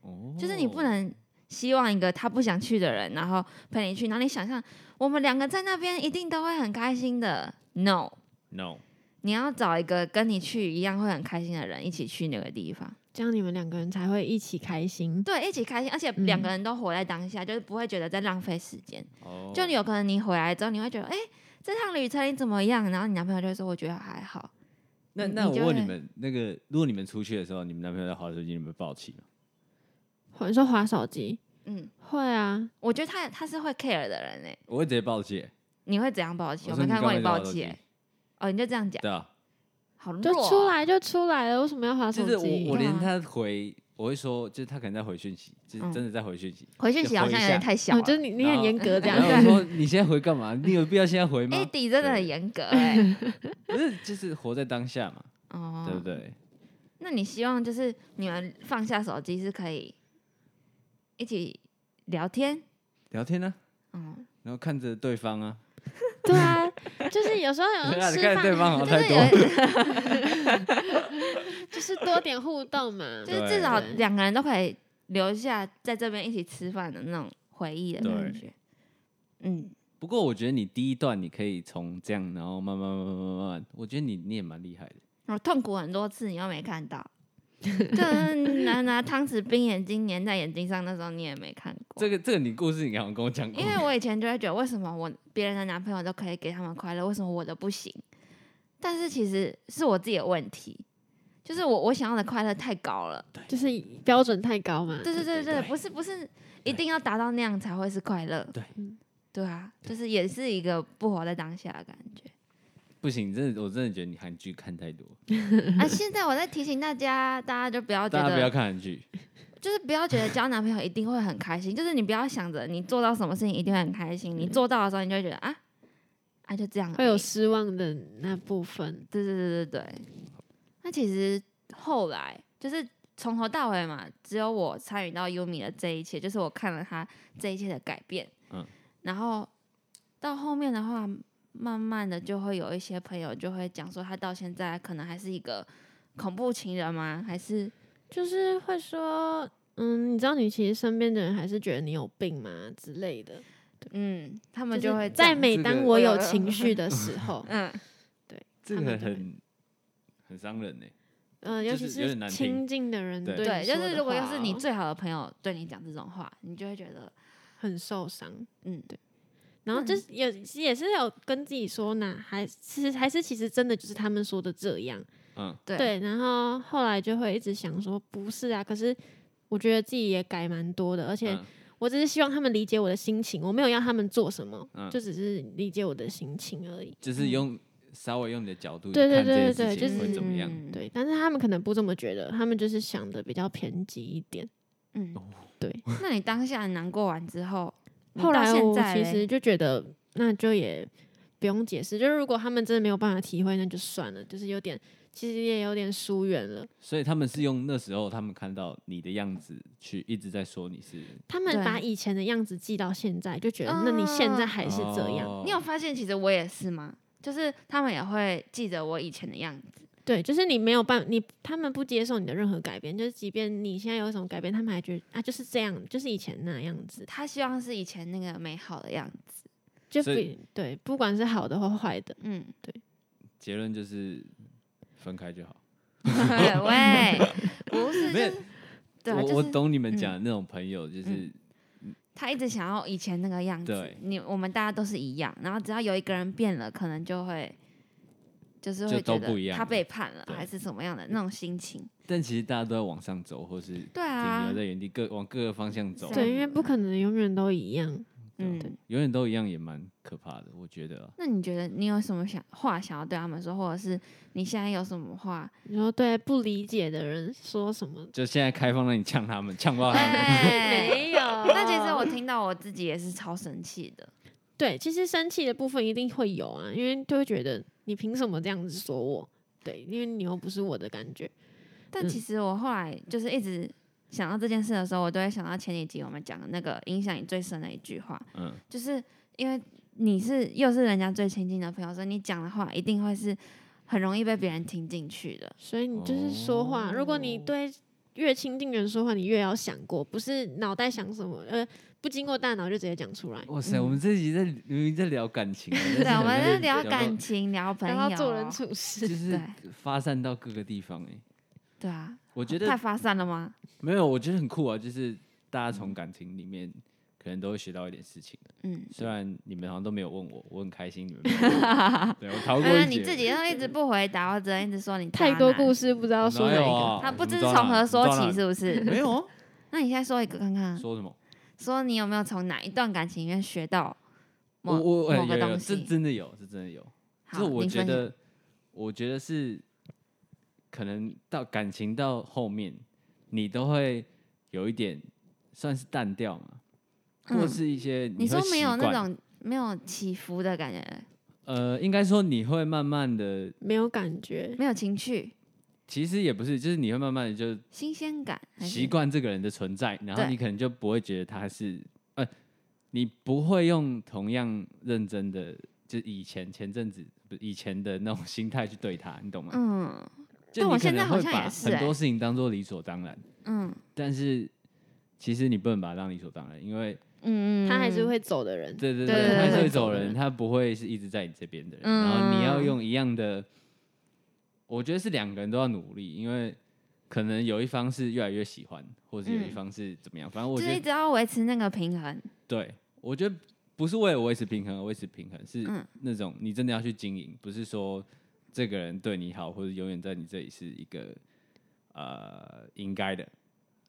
Speaker 2: 哦
Speaker 3: 就是你不能希望一个他不想去的人，然后陪你去，然后你想象我们两个在那边一定都会很开心的。No，
Speaker 2: no，
Speaker 3: 你要找一个跟你去一样会很开心的人一起去那个地方，
Speaker 4: 这样，你们两个人才会一起开心。
Speaker 3: 对，一起开心，而且
Speaker 4: 嗯
Speaker 3: 两个人都活在当下，就是不会觉得在浪费时间。
Speaker 2: 哦，
Speaker 3: 就你有可能你回来之后，你会觉得，哎、这趟旅程你怎么样？然后你男朋友就会说，我觉得还好。
Speaker 2: 那
Speaker 3: 你
Speaker 2: 那
Speaker 3: 你就
Speaker 2: 我问你
Speaker 3: 会
Speaker 2: 们，那个如果你们出去的时候，你们男朋友在滑手机，你们会抱气吗？
Speaker 4: 或者说划手机，
Speaker 3: 嗯，
Speaker 4: 会啊，
Speaker 3: 我觉得他他是会 care 的人哎，
Speaker 2: 我会直接报警。
Speaker 3: 你会怎样暴气？
Speaker 2: 我
Speaker 4: 哦
Speaker 3: 我
Speaker 2: 说
Speaker 3: 没
Speaker 2: 你
Speaker 3: 看
Speaker 2: 干嘛
Speaker 3: 过
Speaker 2: 一
Speaker 3: 你
Speaker 2: 直
Speaker 3: 暴
Speaker 2: 滑手
Speaker 3: 气
Speaker 2: 机
Speaker 3: 哎，哦，你就这样讲，
Speaker 2: 对
Speaker 3: [laughs]
Speaker 2: 啊，
Speaker 3: 好弱
Speaker 4: 就
Speaker 3: 哦，
Speaker 4: 出来就出来了，为什么要划手
Speaker 2: 就是
Speaker 4: 机？
Speaker 2: 我我连
Speaker 3: 对啊
Speaker 2: 他回，我会说，就是他可能在回讯息，就是
Speaker 3: 嗯
Speaker 2: 真的在回讯
Speaker 3: [laughs]
Speaker 2: 息。
Speaker 3: 回讯息好像有点太小
Speaker 4: 哦
Speaker 3: 了
Speaker 4: 就是。你你
Speaker 2: 然
Speaker 4: 很
Speaker 2: 后
Speaker 4: 严格这样
Speaker 2: 然，后我说你现在回干嘛？你有必要现在回吗？
Speaker 3: 哎，底真的很严格
Speaker 2: [laughs]
Speaker 3: 哎，
Speaker 2: 不是，就是活在当下嘛，
Speaker 3: 哦，
Speaker 2: 对不对？
Speaker 3: 那你希望就是你们放下手机是可以一起聊天，
Speaker 2: 聊天呢、
Speaker 3: 嗯，
Speaker 2: 然后看着对方啊，
Speaker 4: 对啊， [laughs] 就是有时候
Speaker 2: [laughs]
Speaker 4: 有
Speaker 2: 看
Speaker 4: 人吃
Speaker 2: 着对
Speaker 4: 饭，
Speaker 2: 方好
Speaker 3: 就
Speaker 2: 太
Speaker 3: 是
Speaker 2: 多。
Speaker 3: 有，
Speaker 4: 就是多点互
Speaker 2: [laughs]
Speaker 4: 动嘛。
Speaker 3: [laughs] 就是至少
Speaker 4: 对
Speaker 3: 两个人都可以留下在这边一起吃饭的那种回忆的感觉。嗯，
Speaker 2: 不过我觉得你第一段你可以从这样，然后慢慢慢慢慢慢慢，我觉得你你也蛮厉害的。
Speaker 3: 我痛苦很多次，你又没
Speaker 2: [laughs]
Speaker 3: 看到，就是拿拿汤匙冰眼睛粘在眼睛上，那时候你也没看
Speaker 4: 哦
Speaker 3: 过
Speaker 2: 这。个这个你故事你好像跟我讲过
Speaker 3: 因，为我以前就会觉得，为什么我别人的男朋友都可以给他们快乐，为什么我的不行？但是其实是我自己的问题，就是我我想要的快乐太高了。
Speaker 4: 就是标准太高嘛。
Speaker 3: 对对对
Speaker 2: 对
Speaker 3: 对，不是不是，一定要达到那样才会是快乐。
Speaker 2: 对
Speaker 4: 嗯
Speaker 3: 对啊，就是也是一个不活在当下的感觉。
Speaker 2: 不行，真的我真的觉得你韩剧看太多，
Speaker 3: 啊，现在我在提醒大家，大家就不要觉
Speaker 2: 大家不要
Speaker 3: 得，
Speaker 2: 看韩剧。
Speaker 3: 就是不要觉得交男朋友一定会很开心，就是你不要想着你做到什么事情一定会很开心，你做到的时候你就会觉得啊啊就这样而已，
Speaker 4: 会有失望的那部分。
Speaker 3: 对对对对对。那其实后来就是从头到尾嘛，只有我参与到优米的这一切，就是我看了他这一切的改变。
Speaker 2: 嗯。
Speaker 3: 然后到后面的话，慢慢的就会有一些朋友就会讲说，他到现在可能还是一个恐怖情人吗？还是
Speaker 4: 就是会说，嗯，你知道你其实身边的人还是觉得你有病吗之类的。
Speaker 3: 嗯，他
Speaker 4: 我
Speaker 3: 们就会这
Speaker 4: 在
Speaker 3: 样，
Speaker 4: 每
Speaker 2: 这
Speaker 4: 当
Speaker 2: 个
Speaker 4: 我有情绪的时候
Speaker 2: [laughs]
Speaker 3: 嗯
Speaker 2: 这
Speaker 4: 他
Speaker 2: 个
Speaker 4: 们就会
Speaker 2: 很很伤人呢、
Speaker 4: 嗯，尤
Speaker 2: 就
Speaker 4: 其
Speaker 2: 是有点难听
Speaker 4: 亲近的人
Speaker 2: 对
Speaker 4: 你
Speaker 3: 对，就
Speaker 4: 说
Speaker 3: 是
Speaker 4: 的
Speaker 3: 如果要
Speaker 4: 话
Speaker 3: 是你
Speaker 4: 哦
Speaker 3: 最好的朋友对你讲这种话，你就会觉得
Speaker 4: 很受伤，
Speaker 3: 嗯
Speaker 4: 对。然后
Speaker 3: 那
Speaker 4: 就是也也是有跟自己说呢，还是还是其实真的就是他们说的这样，
Speaker 2: 嗯，
Speaker 3: 对
Speaker 4: 对。然后后来就会一直想说不是啊，可是我觉得自己也改蛮多的，而且
Speaker 2: 嗯
Speaker 4: 我只是希望他们理解我的心情，我没有要他们做什么，
Speaker 2: 嗯
Speaker 4: 就只是理解我的心情而已。
Speaker 2: 就是用、稍微用你的角度去
Speaker 4: 嗯对对
Speaker 2: 看这
Speaker 4: 对
Speaker 2: 件
Speaker 4: 对
Speaker 2: 事
Speaker 4: 就
Speaker 2: 情会怎么样。
Speaker 3: 嗯
Speaker 4: 对，但是他们可能不这么觉得，他们就是想的比较偏激一点。
Speaker 3: 嗯，
Speaker 4: 对。
Speaker 3: 那你当下难过完之后，你
Speaker 4: 后
Speaker 3: 到
Speaker 4: 来
Speaker 3: 现
Speaker 4: 我
Speaker 3: 在
Speaker 4: 其
Speaker 3: 嘞
Speaker 4: 实就觉得，那就也不用解释，就是如果他们真的没有办法体会，那就算了，就是有点，其实也有点疏远了。
Speaker 2: 所以他们是用那时候他们看到你的样子去一直在说你是，
Speaker 4: 他们
Speaker 3: 对
Speaker 4: 把以前的样子记到现在，就觉得那你现在还是这样，
Speaker 2: 哦
Speaker 3: 你有发现其实我也是吗？就是他们也会记得我以前的样子，
Speaker 4: 对，就是你没有办你他们不接受你的任何改变，就是即便你现在有什么改变，他们还觉得啊就是这样，就是以前那样子，
Speaker 3: 他希望是以前那个美好的样子。
Speaker 4: 就不
Speaker 2: 所以
Speaker 4: 对，不管是好的或坏的， [laughs]
Speaker 3: 嗯，
Speaker 2: 结论就是分开就好。
Speaker 3: 喂，不是，就
Speaker 2: 没有
Speaker 3: 是对啊，
Speaker 2: 我、
Speaker 3: 就
Speaker 2: 我
Speaker 3: 是
Speaker 2: 懂你
Speaker 4: 嗯
Speaker 2: 们讲的那种朋友，就是、
Speaker 3: 他一直想要以前那个样子
Speaker 2: 对。
Speaker 3: 你我们大家都是一样，然后只要有一个人变了，可能就会就是
Speaker 2: 就
Speaker 3: 会
Speaker 2: 都
Speaker 3: 觉
Speaker 2: 不一
Speaker 3: 得
Speaker 2: 样
Speaker 3: 他
Speaker 2: 了
Speaker 3: 背叛了，
Speaker 2: 对
Speaker 3: 还是什么样的那种心情。
Speaker 2: 但其实大家都在往上走，或是停
Speaker 3: 对啊
Speaker 2: 留在原地，各往各个方向走，
Speaker 3: 对
Speaker 4: 对，因为不可能永远都一样。
Speaker 3: 嗯，
Speaker 2: 永远都一样，也蛮可怕的。我觉得啊、
Speaker 3: 那你觉得你有什么想话想要对他们说，或者是你现在有什么话
Speaker 4: 你说对不理解的人说
Speaker 3: [laughs]
Speaker 4: 什么？
Speaker 2: 就现在开放让你呛他们， [laughs] 呛爆他们。
Speaker 4: [laughs]
Speaker 3: 哎，
Speaker 4: 有。
Speaker 3: 那其实我听到我自己也是超生气的。
Speaker 4: 对，其实生气的部分一定会有啊，因为就会觉得你凭什么这样子说我？对，因为你又不是我的感觉。
Speaker 2: 嗯
Speaker 3: 但其实我后来就是一直想到这件事的时候，我都会想到前几集我们讲的那个影响你最深的一句话，
Speaker 2: 嗯，
Speaker 3: 就是因为你是又是人家最亲近的朋友，所以你讲的话一定会是很容易被别人听进
Speaker 2: [laughs]
Speaker 3: 去的。
Speaker 4: 所以你就是说话，如果你
Speaker 2: 哦
Speaker 4: 对越亲近人说话，你越要想过，不是脑袋想什么，呃，不经过大脑就直接讲出来。
Speaker 2: 哇塞，我们这集在明明在聊感情啊，
Speaker 3: 嗯对，
Speaker 2: 但是
Speaker 3: 我们
Speaker 2: 在
Speaker 3: 在聊感
Speaker 2: 到，
Speaker 3: 情，聊朋
Speaker 4: 然后
Speaker 3: 友，啊
Speaker 4: 做人处事
Speaker 3: [laughs]
Speaker 2: 就，是
Speaker 3: 对
Speaker 2: 发散到各个地方、哎，
Speaker 3: 对啊，
Speaker 2: 我觉得
Speaker 3: 太发散了吗？
Speaker 2: 没有，我觉得很酷啊，就是大家从感情里面可能都会学到一点事情。
Speaker 3: 嗯。
Speaker 2: 虽然你们好像都没有问我，我很开心你们没有问我，
Speaker 3: [laughs]
Speaker 2: 对我逃过
Speaker 3: 那
Speaker 2: 一劫。
Speaker 3: 哎你自己都一直不回答，我只能一直说你
Speaker 4: 太多
Speaker 3: 事，
Speaker 4: 故事不知道说哪
Speaker 2: 哪
Speaker 4: 一
Speaker 2: 有
Speaker 4: 个。
Speaker 2: 啊
Speaker 3: 他不知
Speaker 2: 你抓
Speaker 3: 从
Speaker 2: 哪
Speaker 3: 何
Speaker 2: 你
Speaker 3: 说
Speaker 2: 抓
Speaker 3: 起，
Speaker 2: 哪
Speaker 3: 是不是？
Speaker 2: 没有啊，
Speaker 3: 那你现在说一个看看啊，
Speaker 2: 说什么？
Speaker 3: 说你有没有从哪一段感情里面学到某
Speaker 2: 我我哎
Speaker 3: 某个
Speaker 2: 有
Speaker 3: 东
Speaker 2: 有，这
Speaker 3: 西？
Speaker 2: 真的有，这真的有。
Speaker 3: 好
Speaker 2: 这我
Speaker 3: 你
Speaker 2: 觉
Speaker 3: 分享
Speaker 2: 得，我觉得是可能到感情到后面，你都会有一点算是淡掉嘛，或
Speaker 3: 嗯
Speaker 2: 是一些
Speaker 3: 你
Speaker 2: 会
Speaker 3: 说没有
Speaker 2: 习
Speaker 3: 那
Speaker 2: 惯
Speaker 3: 种没有起伏的感觉，
Speaker 2: 呃，应该说你会慢慢的，
Speaker 4: 没有感觉，
Speaker 3: 没有情趣、
Speaker 2: 其实也不是，就是你会慢慢的就
Speaker 3: 新鲜感，还是
Speaker 2: 习惯这个人的存在，然后
Speaker 3: 对
Speaker 2: 你可能就不会觉得他是，呃，你不会用同样认真的，就以前前阵子不以前的那种心态去对他，你懂吗？
Speaker 3: 嗯
Speaker 2: 就
Speaker 3: 但
Speaker 2: 你
Speaker 3: 我
Speaker 2: 可
Speaker 3: 现
Speaker 2: 能
Speaker 3: 在好
Speaker 2: 会
Speaker 3: 像也
Speaker 2: 把
Speaker 3: 是
Speaker 2: 很多
Speaker 3: 欸
Speaker 2: 事情当做理所当然，
Speaker 3: 嗯
Speaker 2: 但是其实你不能把它当理所当然，因为
Speaker 3: 嗯，
Speaker 4: 他还是
Speaker 3: 嗯
Speaker 4: 会走的人。
Speaker 2: 对对
Speaker 3: 对对
Speaker 2: 他是
Speaker 3: 对
Speaker 2: 会走
Speaker 4: 对
Speaker 2: 人，他不会是一直在你这边的人。然后你要
Speaker 3: 嗯
Speaker 2: 用一样的，我觉得是两个人都要努力，因为可能有一方是越来越喜欢，或者有一
Speaker 3: 嗯
Speaker 2: 方是怎么样。反正我
Speaker 3: 就
Speaker 2: 觉
Speaker 3: 是一
Speaker 2: 得，
Speaker 3: 直要维持那个平衡。
Speaker 2: 对我觉得不是为了维持平衡而维持平衡，是
Speaker 3: 嗯
Speaker 2: 那种你真的要去经营，不是说这个人对你好，或者永远在你这里是一个呃应该的。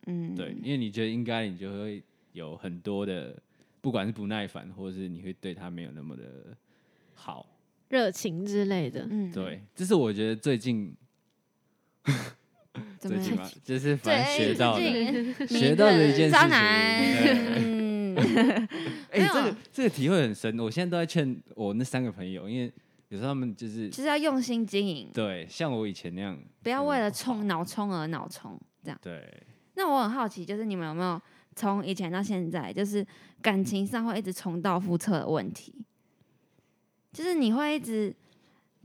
Speaker 3: 嗯，
Speaker 2: 对，因为你觉得应该，你就会有很多的，不管是不耐烦，或者是你会对他没有那么的好。
Speaker 4: 热情之类的，
Speaker 3: 嗯，
Speaker 2: 对，这是我觉得最近
Speaker 3: 怎么
Speaker 2: 最近
Speaker 3: 样？
Speaker 2: 吧，就是反正学
Speaker 3: 最
Speaker 2: 到的
Speaker 3: 近你
Speaker 2: 学到的一
Speaker 3: 个
Speaker 2: 件事
Speaker 3: 渣
Speaker 2: 情。
Speaker 3: 男， [laughs]
Speaker 2: 对 [laughs]
Speaker 3: 嗯，
Speaker 2: 哎、
Speaker 3: 没有啊
Speaker 2: 这个这个体会很深，我现在都在劝我那三个朋友，因为有时候他们就是
Speaker 3: 就是要用心经营，
Speaker 2: 对，像我以前那样，
Speaker 3: 不要为了
Speaker 2: 好
Speaker 3: 冲脑冲而脑冲这样。
Speaker 2: 对，
Speaker 3: 那我很好奇，就是你们有没有从以前到现在，就是感情上会一直重蹈覆辙的问题？就是你会一直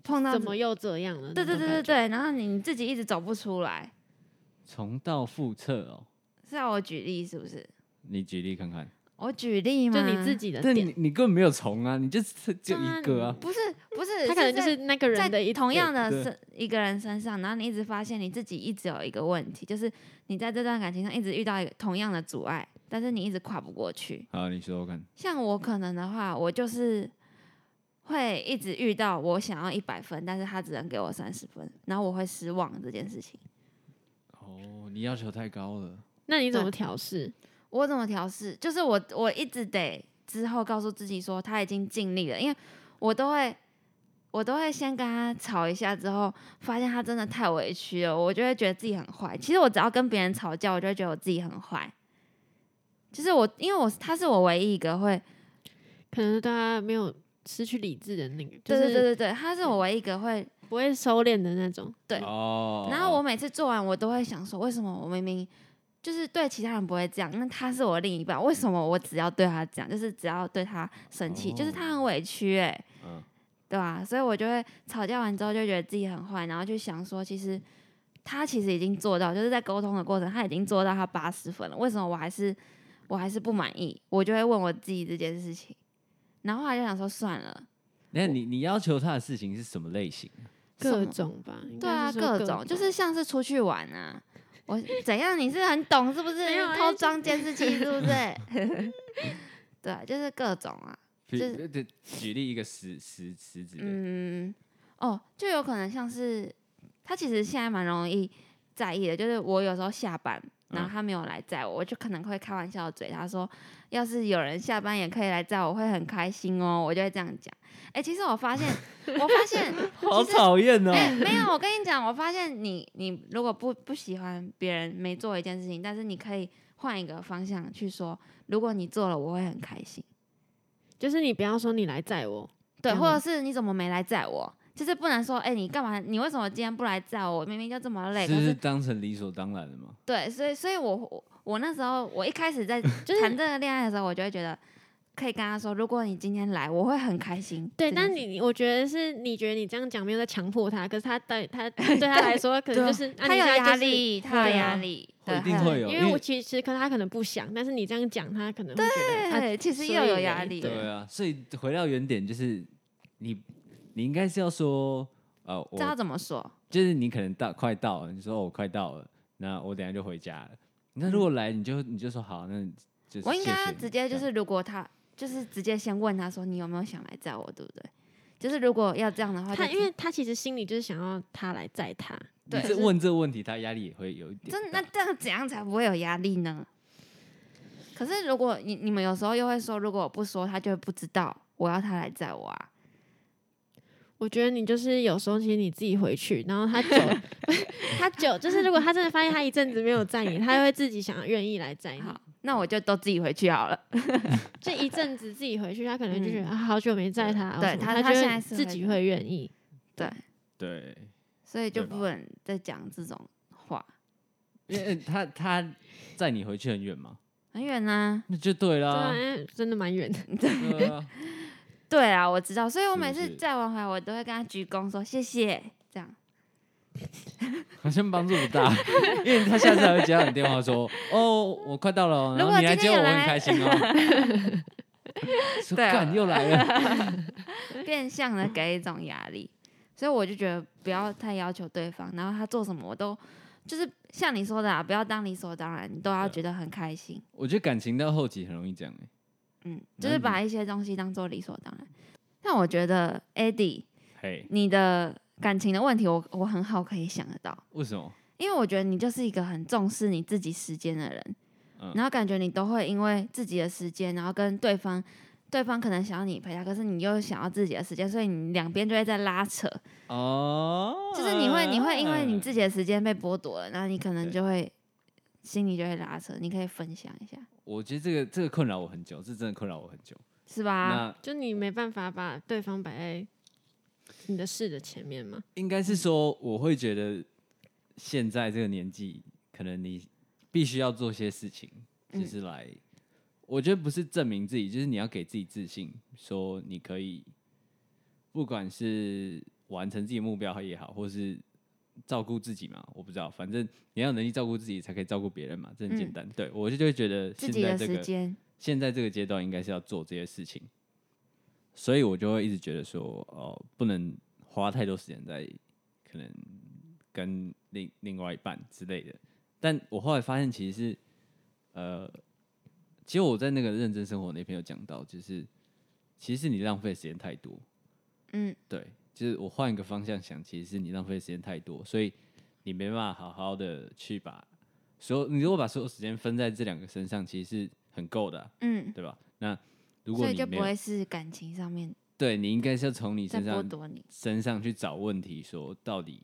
Speaker 3: 碰到
Speaker 4: 怎么又这样了？
Speaker 3: 对对对
Speaker 4: 那种
Speaker 3: 对
Speaker 4: 感觉，
Speaker 3: 对，然后你自己一直走不出来，
Speaker 2: 重蹈覆辙哦。
Speaker 3: 是要我举例是不是？
Speaker 2: 你举例看看，
Speaker 3: 我举例吗？
Speaker 4: 就你自己
Speaker 3: 呃
Speaker 4: 的
Speaker 2: 但你
Speaker 4: 点，
Speaker 2: 你根本没有重啊，你就就就一个啊，
Speaker 3: 不是不是，
Speaker 4: 他可能就
Speaker 3: 在
Speaker 4: 是那个
Speaker 3: 嗯在
Speaker 4: 人的一
Speaker 3: 同样的
Speaker 2: 对
Speaker 3: 身一个人身上，然后你一直发现你自己一直有一个问题，就是你在这段感情上一直遇到一个同样的阻碍，但是你一直跨不过去。
Speaker 2: 好，你说说看，
Speaker 3: 像我可能的话，我就是会一直遇到我想要一百分，但是他只能给我三十分，然后我会失望这件事情。
Speaker 2: 哦，你要求太高了。
Speaker 4: 那你怎
Speaker 3: 对
Speaker 4: 么调试？
Speaker 3: 我怎么调试？就是我我一直得之后告诉自己说他已经尽力了，因为我都会我都会先跟他吵一下，之后发现他真的太委屈了，我就会觉得自己很坏。其实我只要跟别人吵架，我就会觉得我自己很坏。就是我，因为我他是我唯一一个会，
Speaker 4: 可能大家没有失去理智的那个，就
Speaker 3: 对对对
Speaker 4: 是
Speaker 3: 对对，他是我唯一一个会
Speaker 4: 不会收敛的那种。
Speaker 3: 对
Speaker 2: 哦
Speaker 3: 然后我每次做完，我都会想说，为什么我明明就是对其他人不会这样，那他是我另一半，为什么我只要对他这样？就是只要对他生气，就是他很委屈、欸，
Speaker 2: 嗯
Speaker 3: 对吧、所以我就会吵架完之后就觉得自己很坏，然后就想说，其实他其实已经做到，就是在沟通的过程，他已经做到他八十分了，为什么我还是我还是不满意？我就会问我自己这件事情，然后后来就想说算了。
Speaker 2: 那你你要求他的事情是什么类型？
Speaker 3: 什
Speaker 4: 各
Speaker 3: 么
Speaker 4: 种吧，应
Speaker 3: 对
Speaker 4: 该
Speaker 3: 啊，
Speaker 4: 是说
Speaker 3: 各种就是像是出去玩啊。我怎样？你是很懂是不是？
Speaker 4: 没有
Speaker 3: 你
Speaker 4: 啊
Speaker 3: 偷
Speaker 4: 就
Speaker 3: 装监视器是不是？ [laughs]
Speaker 4: [laughs]
Speaker 3: 对啊，就是各种啊。
Speaker 2: 举
Speaker 3: 就是
Speaker 2: 对举例一个实实实质的，
Speaker 3: 嗯，哦，就有可能像是他其实现在蛮容易在意的，就是我有时候下班，然
Speaker 2: 嗯
Speaker 3: 后他没有来载我，我就可能会开玩笑地嘴他说，要是有人下班也可以来载我，我会很开心哦，我就会这样讲。哎、其实我发现，我发现
Speaker 2: [laughs] 好
Speaker 3: 其实
Speaker 2: 讨厌哦！
Speaker 3: 哎、没有，我跟你讲，我发现你你如果不不喜欢别人没做一件事情，但是你可以换一个方向去说，如果你做了，我会很开心。
Speaker 4: 就是你不要说你来载我，
Speaker 3: 对，
Speaker 4: 这样
Speaker 3: 或者
Speaker 4: 吗
Speaker 3: 是你怎么没来载我？就是不能说，哎、你干嘛？你为什么今天不来载我？我明明就这么累。可
Speaker 2: 是不是
Speaker 3: 是
Speaker 2: 当成理所当然的吗？
Speaker 3: 对，所以所以我我我那时候我一开始在
Speaker 4: [laughs] 就是
Speaker 3: 谈这个恋爱的时候，我就会觉得可以跟他说，如果你今天来，我会很开心。
Speaker 4: 对，
Speaker 3: 这件
Speaker 4: 但
Speaker 3: 事
Speaker 4: 你你我觉得是你觉得你这样讲没有在强迫他，可是他对 [laughs] 他对他来说可能就是啊
Speaker 3: 他
Speaker 4: 你
Speaker 3: 有
Speaker 4: 现在就
Speaker 3: 压
Speaker 4: 是
Speaker 3: 力，他有
Speaker 4: 对
Speaker 3: 压
Speaker 4: 啊
Speaker 3: 力，
Speaker 2: 会
Speaker 3: 对，
Speaker 2: 一定
Speaker 3: 他有
Speaker 2: 会有
Speaker 4: 因
Speaker 2: 因
Speaker 4: 为
Speaker 2: 为
Speaker 4: 我其实可他可能不想，但是你这样讲他可能会觉得啊
Speaker 3: 对，其实
Speaker 4: 所
Speaker 3: 又有
Speaker 4: 以
Speaker 3: 压
Speaker 4: 嘞
Speaker 3: 力。
Speaker 2: 对啊，所以回到原点就是你你应该是要说呃，
Speaker 3: 知道
Speaker 2: 我
Speaker 3: 怎么说？
Speaker 2: 就是你可能到快到了，你说哦我快到了，那我等一下就回家了。那如果来你就你就说好，那就是
Speaker 3: 嗯我应
Speaker 2: 谢谢
Speaker 3: 该
Speaker 2: 你
Speaker 3: 直接就
Speaker 2: 这样
Speaker 3: 是，如果他就是直接先问他说你有没有想来载我，对不对？就是如果要这样的话，
Speaker 4: 他
Speaker 3: 就
Speaker 4: 因为他其实心里就是想要他来载他，
Speaker 3: 对
Speaker 2: 你
Speaker 3: 就是是
Speaker 2: 问这个问题，他压力也会有一点大。
Speaker 3: 真的那这样怎样才不会有压力呢？可是如果你你们有时候又会说，如果我不说，他就会不知道我要他来载我啊。
Speaker 4: 我觉得你就是有时候其实你自己回去，然后
Speaker 3: [laughs]
Speaker 4: 他久，他久就是如果他真的发现他一阵子没有载你，他就会自己想要愿意来载你。
Speaker 3: 好，那我就都自己回去好了。
Speaker 4: 就一阵子自己回去，他可能就觉得、
Speaker 3: 嗯
Speaker 4: 啊好久没载他，哦
Speaker 3: 对
Speaker 4: 或什么
Speaker 3: 他
Speaker 4: 他
Speaker 3: 他
Speaker 4: 就
Speaker 3: 现
Speaker 4: 会
Speaker 3: 在是
Speaker 4: 自
Speaker 3: 会
Speaker 4: 己会愿意。
Speaker 3: 对，
Speaker 2: 对，
Speaker 3: 所以就
Speaker 2: 对吧
Speaker 3: 不能再讲这种话，
Speaker 2: 因为他他载你回去很远嘛，
Speaker 3: 很远啊。
Speaker 2: 那就对
Speaker 4: 对啊
Speaker 2: 啦，，
Speaker 4: 因为真的蛮远的。
Speaker 2: 对啊，
Speaker 3: 对啊，我知道，所以我每
Speaker 2: 是
Speaker 3: 次
Speaker 2: 不是
Speaker 3: 载完回来，我都会跟他鞠躬说谢谢，
Speaker 2: [laughs]
Speaker 3: 这样。
Speaker 2: 好像帮助不
Speaker 3: [laughs]
Speaker 2: 大，因为他下次还会接到你电话说，哦，我快到了哦，然
Speaker 3: 如
Speaker 2: 后
Speaker 3: 果
Speaker 2: 你来
Speaker 3: 今
Speaker 2: 接
Speaker 3: 天
Speaker 2: 我，
Speaker 3: 有
Speaker 2: 我很
Speaker 3: 来
Speaker 2: 开心哦。
Speaker 3: [laughs]
Speaker 2: 说
Speaker 3: 对啊
Speaker 2: 干又来
Speaker 3: [laughs]
Speaker 2: 了，
Speaker 3: 变相的给一种压力，所以我就觉得不要太要求对方，然后他做什么我都就是像你说的啊，不要当理所当然，你都要
Speaker 2: 对啊
Speaker 3: 觉得很开心，
Speaker 2: 我觉得感情到后期很容易这样哎
Speaker 3: 嗯，就是把一些东西当做理所当然。但我觉得 Eddie，
Speaker 2: 嘿，
Speaker 3: 你的感情的问题我，我很好可以想得到，
Speaker 2: 为什么？
Speaker 3: 因为我觉得你就是一个很重视你自己时间的人，
Speaker 2: 嗯
Speaker 3: 然后感觉你都会因为自己的时间，然后跟对方，对方可能想要你陪他，可是你又想要自己的时间，所以你两边就会在拉扯，
Speaker 2: 哦，
Speaker 3: 就是你会你会因为你自己的时间被剥夺了，然后你可能
Speaker 2: 嗯对
Speaker 3: 就会心里就会拉扯，你可以分享一下，
Speaker 2: 我觉得这个这个困扰我很久，这真的困扰我很久。
Speaker 3: 是吧？
Speaker 2: 那
Speaker 4: 就你没办法把对方摆在你的事的前面嘛？
Speaker 2: 应该是说，我会觉得现在这个年纪，可能你必须要做些事情，
Speaker 3: 嗯
Speaker 2: 就是来，我觉得不是证明自己，就是你要给自己自信，说你可以，不管是完成自己的目标也好，或是照顾自己嘛，我不知道，反正你要有能力照顾自己，才可以照顾别人嘛，这很简
Speaker 3: 嗯
Speaker 2: 单。对我就就会觉得
Speaker 3: 自
Speaker 2: 现
Speaker 3: 己
Speaker 2: 在
Speaker 3: 的
Speaker 2: 这
Speaker 3: 时
Speaker 2: 个
Speaker 3: 间，
Speaker 2: 现在这个阶段应该是要做这些事情，所以我就会一直觉得说，哦，不能花太多时间在可能跟另另外一半之类的。但我后来发现，其实是呃，其实我在那个认真生活那篇有讲到，就是其实是你浪费时间太多。
Speaker 3: 嗯，
Speaker 2: 对，就是我换一个方向想，其实是你浪费时间太多，所以你没办法好好的去把所有，你如果把所有时间分在这两个身上，其实是很够的啊、
Speaker 3: 嗯，
Speaker 2: 对吧？那如果
Speaker 3: 所以
Speaker 2: 你
Speaker 3: 就
Speaker 2: 没有
Speaker 3: 不会是感情上面
Speaker 2: 对你应该是要从你
Speaker 3: 在
Speaker 2: 身
Speaker 3: 剥
Speaker 2: 上
Speaker 3: 夺你，
Speaker 2: 身上去找问题，说到底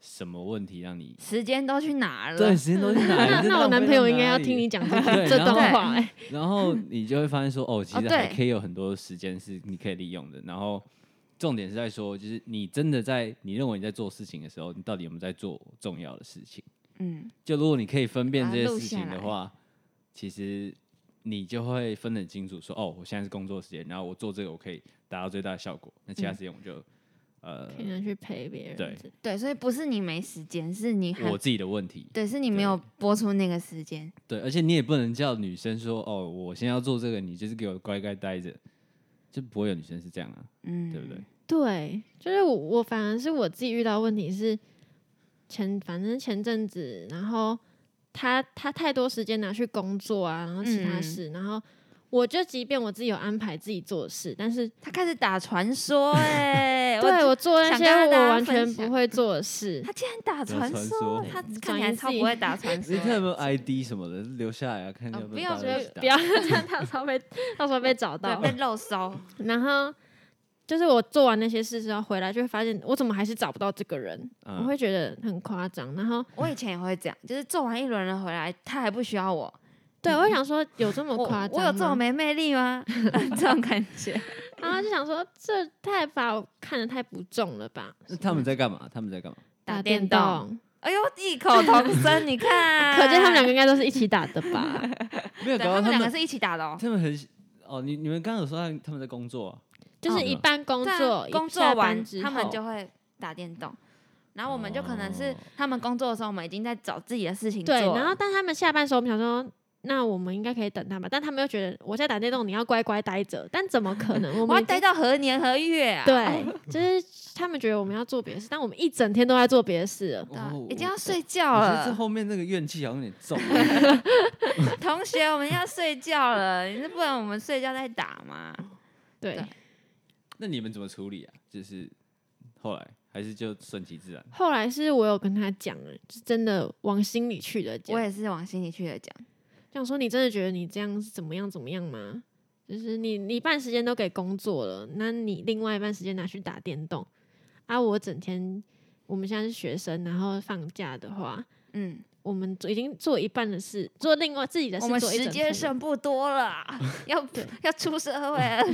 Speaker 2: 什么问题让你
Speaker 3: 时间都去哪了？
Speaker 2: 对时间都哎是哪来？
Speaker 4: 那
Speaker 2: 这
Speaker 4: 那我
Speaker 2: 浪费到
Speaker 4: 男朋友应该
Speaker 2: 哪
Speaker 4: 要
Speaker 2: 里
Speaker 4: 听你，
Speaker 2: [laughs]
Speaker 4: 讲这
Speaker 2: 对
Speaker 4: 这
Speaker 2: 然
Speaker 4: 段
Speaker 3: 后
Speaker 4: 话、哎，
Speaker 2: 然后你就会发现说哦，其
Speaker 3: 哦
Speaker 2: 实还
Speaker 3: 对
Speaker 2: 可以有很多时间是你可以利用的。然后重点是在说，就是你真的在你认为你在做事情的时候，你到底有没有在做重要的事情？
Speaker 3: 嗯，
Speaker 2: 就如果你可以分辨
Speaker 3: 把
Speaker 2: 这
Speaker 3: 它
Speaker 2: 些
Speaker 3: 录
Speaker 2: 事
Speaker 3: 下
Speaker 2: 情的
Speaker 3: 来
Speaker 2: 话，其实你就会分得很清楚说，哦，我现在是工作时间，然后我做这个我可以达到最大的效果，那其他
Speaker 3: 嗯
Speaker 2: 时间我就、呃
Speaker 4: 可以拿去陪别人。
Speaker 2: 对，
Speaker 3: 对，所以不是你没时间，是你还
Speaker 2: 我自己的问题。
Speaker 3: 对，是你没有播出那个时间，
Speaker 2: 对，而且你也不能叫女生说，哦，我先要做这个，你就是给我乖乖待着，就不会有女生是这样啊，
Speaker 3: 嗯，
Speaker 2: 对不对？？
Speaker 4: 对，就是我，我反而是我自己遇到的问题是前，反正前阵子，然后他他太多时间拿去工作啊，然后其他
Speaker 3: 嗯
Speaker 4: 事，然后我就即便我自己有安排自己做的事，但是
Speaker 3: 他开始打
Speaker 2: [laughs]
Speaker 3: 传说、欸，哎，
Speaker 4: 对我做那
Speaker 3: 想
Speaker 4: 些
Speaker 3: 跟
Speaker 4: 我
Speaker 3: 大家
Speaker 4: 完
Speaker 3: 分
Speaker 4: 全
Speaker 3: 享
Speaker 4: 不会做的事，
Speaker 3: 他竟然打
Speaker 2: 打
Speaker 3: 传
Speaker 2: 传
Speaker 3: 说
Speaker 2: 说，
Speaker 3: 他
Speaker 4: 你
Speaker 3: 看
Speaker 4: 转
Speaker 3: 起
Speaker 4: 移
Speaker 3: 来
Speaker 4: 自
Speaker 3: 超
Speaker 4: 己
Speaker 3: 不会打传
Speaker 2: 你
Speaker 3: 说
Speaker 4: [laughs]
Speaker 2: 看有
Speaker 3: 欸。
Speaker 2: 没有 ID 什么的留下来啊，看
Speaker 3: 哦
Speaker 2: 有
Speaker 3: 不
Speaker 2: 没有
Speaker 3: 要
Speaker 2: 大
Speaker 4: 所
Speaker 2: 家一
Speaker 4: 以
Speaker 2: 起打。
Speaker 3: [laughs]
Speaker 4: 不要这
Speaker 2: [laughs]
Speaker 4: [laughs] 样，到时候被到时候被找
Speaker 3: 对，
Speaker 4: 到。
Speaker 3: 被漏收，
Speaker 4: 然后就是我做完那些事之后回来，就会发现我怎么还是找不到这个人，
Speaker 2: 嗯
Speaker 4: 我会觉得很夸张。然后
Speaker 3: 我以前也会这样，就是做完一轮了回来，他还不需要我，
Speaker 4: 对我会想说有这么
Speaker 3: 嗯我
Speaker 4: 夸张
Speaker 3: 我有
Speaker 4: 吗
Speaker 3: 这么没魅力
Speaker 4: [laughs]
Speaker 3: 吗？这种感觉，
Speaker 4: 然后就想说，这太把我看得太不重了吧？
Speaker 2: 那他们在干嘛？他们在干嘛？
Speaker 3: 打
Speaker 4: 电
Speaker 3: 嗯电动，
Speaker 4: 动，
Speaker 3: 哎呦，异口同声，你
Speaker 2: [laughs]
Speaker 3: 看，
Speaker 4: 可见他们两个应该都是一起打的
Speaker 3: [laughs]
Speaker 4: 吧？
Speaker 3: 嗯
Speaker 2: 没有，
Speaker 3: 对，
Speaker 2: 搞
Speaker 3: 他
Speaker 2: 到
Speaker 3: 们
Speaker 2: 他
Speaker 3: 两个
Speaker 2: 们
Speaker 3: 是一起打的哦，
Speaker 2: 他们很哦，你你们刚刚有说他他们在工作啊？
Speaker 4: 就是一般工
Speaker 3: 对啊
Speaker 4: 作，一
Speaker 3: 工
Speaker 4: 下
Speaker 3: 作
Speaker 4: 班
Speaker 3: 完
Speaker 4: 之
Speaker 3: 他们
Speaker 4: 后
Speaker 3: 就会打电动，然后我们就可能
Speaker 2: 哦
Speaker 3: 是他们工作的时候，我们已经在找自己的事情做
Speaker 4: 对。
Speaker 3: 了，
Speaker 4: 然后，但他们下班的时候，我们想说。那我们应该可以等他们，但他们又觉得我在打电动，你要乖乖待着。但怎么可
Speaker 3: [laughs]
Speaker 4: 能？我
Speaker 3: 我
Speaker 4: 们
Speaker 3: 要
Speaker 4: 已经
Speaker 3: 待到何年何月啊？
Speaker 4: 对，就是他们觉得我们要做别的事，但我们一整天都在做别的事了。
Speaker 3: 对啊
Speaker 2: 哦
Speaker 3: 已经
Speaker 2: 我
Speaker 3: 要睡觉
Speaker 2: 我觉得这
Speaker 3: 了，
Speaker 2: 后面那个怨气好像有点重。
Speaker 3: [laughs]
Speaker 2: 啊 [laughs]
Speaker 3: 同学，我们要睡觉了，你是不然我们睡觉再打吗？
Speaker 4: 对，
Speaker 3: 对
Speaker 2: 那你们怎么处理啊？就是后来还是就顺其自然。
Speaker 4: 后来是我有跟他讲了，是真的往心里去的讲
Speaker 3: 我。也是往心里去的讲，
Speaker 4: 想说你真的觉得你这样是怎么样怎么样吗？就是你你一半时间都给工作了，那你另外一半时间拿去打电动啊？我整天我们现在是学生，然后放假的话，
Speaker 3: 嗯，
Speaker 4: 我们已经做一半的事，做另外自己的事，
Speaker 3: 我们
Speaker 4: 做一
Speaker 3: 时
Speaker 4: 整
Speaker 3: 间
Speaker 4: 天
Speaker 3: 剩不多了
Speaker 4: [laughs]
Speaker 3: 啊，要要出社会了，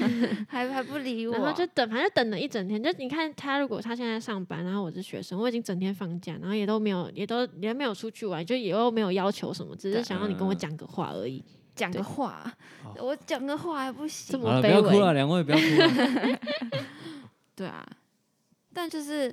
Speaker 3: 还还不啊理我，
Speaker 4: 然后就等，反正等了一整天。就你看他，如果他现在上班，然后我是学生，我已经整天放假，然后也都没有，也都也没有出去玩，就也都没有要求什么，只是
Speaker 3: 对
Speaker 4: 想要你跟我
Speaker 2: 嗯
Speaker 4: 讲个话而已。
Speaker 3: 讲
Speaker 4: 对
Speaker 3: 个话，
Speaker 2: 哦
Speaker 3: 我讲个话还不行
Speaker 4: 这，
Speaker 2: 好了，
Speaker 4: 么
Speaker 2: 不
Speaker 4: 卑
Speaker 2: 要哭
Speaker 4: 微，
Speaker 2: 了，两位不要哭 [laughs] 了。
Speaker 3: 对啊，但就是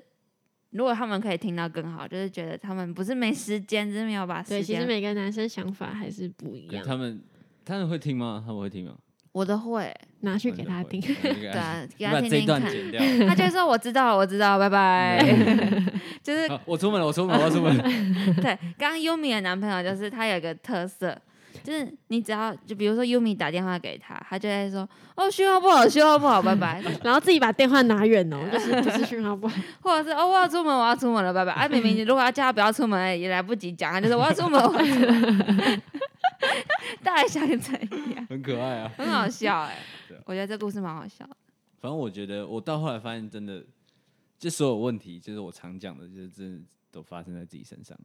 Speaker 3: 如果他们可以听到更好，就是觉得他们不是没时间，只是没有把
Speaker 4: 对，
Speaker 3: 时
Speaker 4: 其实
Speaker 3: 间。
Speaker 4: 每个男生想法还是不一
Speaker 2: 可
Speaker 4: 样，
Speaker 2: 他们他们会听吗？他们会听吗？
Speaker 3: 我
Speaker 2: [laughs]
Speaker 3: 都会，
Speaker 4: 拿去给他听。
Speaker 2: 对 [laughs]
Speaker 3: 对啊，给
Speaker 2: 把
Speaker 3: 他听
Speaker 2: 这一
Speaker 3: 听
Speaker 2: 段
Speaker 3: 看。
Speaker 2: 剪嗯掉。
Speaker 3: 他就会说我知道了，我知道了，拜拜。就是 [laughs]
Speaker 2: 好， [laughs] 我出门了，我出门了，我要出 [laughs] 门了。
Speaker 3: 对，刚刚 Yumi 的男朋友就是他有一个特色，就是你只要就比如说 Yumi 打电话给他，他就会说哦讯号不好，讯号不好，拜 [laughs] 拜，
Speaker 4: 然后自己把电话拿远哦，就是不是讯号
Speaker 3: [laughs]
Speaker 4: 不好，
Speaker 3: 或者是哦我要出门，我要出门了，拜拜。啊，明明你如果要叫他不要出门，也来不及讲，他就说我要出门，我要出门。 [laughs] 到底想怎样？
Speaker 2: 很可爱 [laughs] 啊。
Speaker 3: 很好笑哎、
Speaker 2: 对啊
Speaker 3: 我觉得这故事蛮好笑的。
Speaker 2: 反正我觉得，我到后来发现，真的，就所有问题，就是我常讲的，就是真的都发生在自己身上，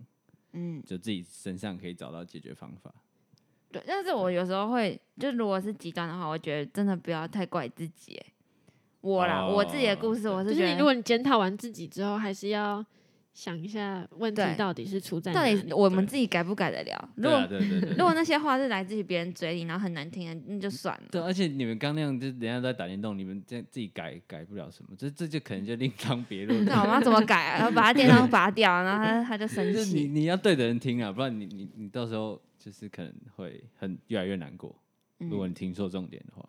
Speaker 3: 嗯，
Speaker 2: 就自己身上可以找到解决方法。
Speaker 3: 对，但是我有时候会，就如果是极端的话，我觉得真的不要太怪自己欸、我啦，
Speaker 2: 哦
Speaker 3: 我自己的故事，我
Speaker 4: 就是
Speaker 3: 觉
Speaker 4: 是
Speaker 3: 得
Speaker 4: 如果你检讨完自己之后，还是要想一下问题
Speaker 3: 对
Speaker 4: 到底是出在
Speaker 3: 到
Speaker 4: 哪
Speaker 3: 底
Speaker 4: 里。
Speaker 3: 我们
Speaker 2: 对
Speaker 3: 自己改不改得了？如
Speaker 2: 对
Speaker 3: 果、
Speaker 2: 啊，对对对
Speaker 3: 如
Speaker 2: 对。
Speaker 3: 果那些话是来自于别人嘴里，然后很难听的，那就算了。
Speaker 2: 对，而啊且你们刚那样，就是人家都在打电动，你们这自己改改不了什么，这这就可能就另当别论。
Speaker 3: 那我们要怎么改啊？要把他电商拔掉，然后他他就生
Speaker 2: 就是你
Speaker 3: 气。
Speaker 2: 你要对的人听啊，不然你你你到时候就是可能会很越来越难过。如果
Speaker 3: 嗯，
Speaker 2: 你听错重点的话，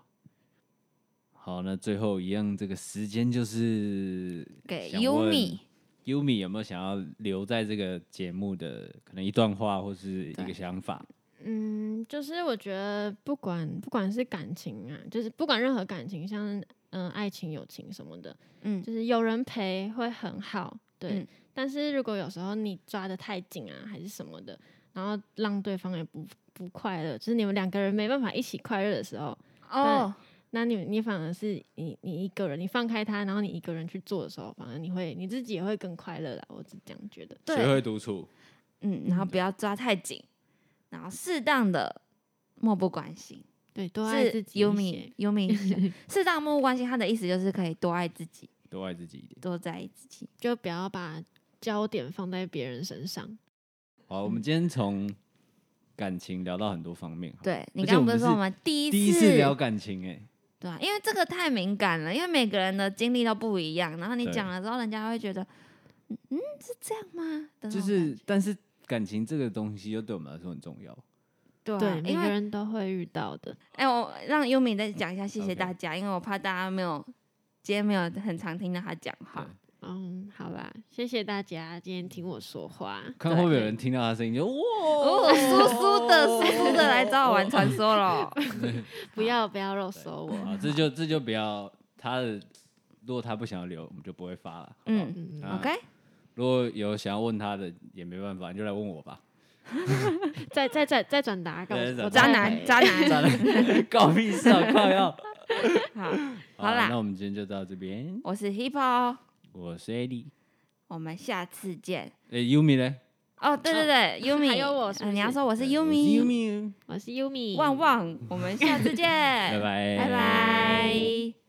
Speaker 2: 好，那最后一样，这个时间就是
Speaker 3: 给
Speaker 2: 想问
Speaker 3: Yumi，
Speaker 2: Yumi 有没有想要留在这个节目的可能一段话或是一个
Speaker 3: 对
Speaker 2: 想法？
Speaker 4: 嗯，就是我觉得不管不管是感情啊，就是不管任何感情，像嗯、呃爱情、友情什么的，
Speaker 3: 嗯，
Speaker 4: 就是有人陪会很好，对。
Speaker 3: 嗯
Speaker 4: 但是如果有时候你抓的太紧啊，还是什么的，然后让对方也不不快乐，就是你们两个人没办法一起快乐的时候，
Speaker 3: 哦，
Speaker 4: 那你你反而是你你一个人，你放开他，然后你一个人去做的时候，反而你会你自己也会更快乐啦。我是这样觉得。
Speaker 3: 对
Speaker 2: 学会独处，
Speaker 3: 嗯，然后不要抓太紧，然后适当的漠不关心，
Speaker 4: 对，多爱自
Speaker 3: 是
Speaker 4: 己一些
Speaker 3: Yumi
Speaker 4: [laughs]
Speaker 3: Yumi 适当地漠不关心，他的意思就是可以多爱自己，
Speaker 2: 多爱自己一点。
Speaker 3: 多在意自己。
Speaker 4: 就不要把焦点放在别人身上。
Speaker 2: 好，我们今天从感情聊到很多方面，，
Speaker 3: 对你
Speaker 2: 而且
Speaker 3: 刚
Speaker 2: 我
Speaker 3: 刚不
Speaker 2: 们
Speaker 3: 是说
Speaker 2: 是
Speaker 3: 我们第一
Speaker 2: 第一次聊感情、欸，
Speaker 3: 对啊，因为这个太敏感了，因为每个人的经历都不一样，然后你
Speaker 2: 对
Speaker 3: 讲了之后，人家会觉得，嗯，嗯是这样吗？的那
Speaker 2: 就
Speaker 3: 种
Speaker 2: 是
Speaker 3: 嗯感觉
Speaker 2: 但是感情这个东西又对我们来说很重要。
Speaker 3: 对啊、
Speaker 4: 对，每
Speaker 3: 因
Speaker 4: 个
Speaker 3: 为
Speaker 4: 人都会遇到的。
Speaker 3: 哎、我让优米再讲一下，谢谢
Speaker 2: OK
Speaker 3: 大家因为我怕大家没有今天没有很常听到他讲话。
Speaker 4: 嗯，好啦，谢谢大家今天听我说话。
Speaker 2: [laughs] 看会不会有人听到他的声音就哇，
Speaker 3: 哦，苏苏的苏苏的来找我玩传
Speaker 2: [laughs]
Speaker 3: 说了，
Speaker 4: 不要不要肉搜我。
Speaker 2: 好，这就这就不要他的，如果他不想要留，我们就不会发了。嗯
Speaker 3: 嗯
Speaker 4: 嗯，
Speaker 2: 那
Speaker 3: ，OK，
Speaker 2: 如果有想要问他的，也没办法，你就来问我
Speaker 3: [laughs]
Speaker 2: 吧。
Speaker 4: 再再再再转达，告
Speaker 2: 再转
Speaker 4: 诉
Speaker 2: 达
Speaker 4: 我
Speaker 3: 渣
Speaker 4: 再
Speaker 3: 男
Speaker 4: 回
Speaker 3: 渣男，
Speaker 2: 渣男搞屁事啊！靠要。
Speaker 3: 好，
Speaker 2: 好
Speaker 3: 好
Speaker 2: 啦，那
Speaker 3: 啦，
Speaker 2: 我们今天就到这边。
Speaker 3: 我是 Hippo，
Speaker 2: 我是 Eddie，
Speaker 3: 我们下次见。
Speaker 2: 诶 y u m i 呢？
Speaker 3: 哦，对对对，Yumi，
Speaker 4: [laughs] 还有我是不
Speaker 3: 呃你要
Speaker 4: 是
Speaker 3: 说我是
Speaker 2: 对我
Speaker 3: Yumi，
Speaker 2: Yumi，
Speaker 4: 我是 Yumi，
Speaker 3: 旺旺，我们下次见，
Speaker 2: 拜拜，
Speaker 3: 哎拜拜。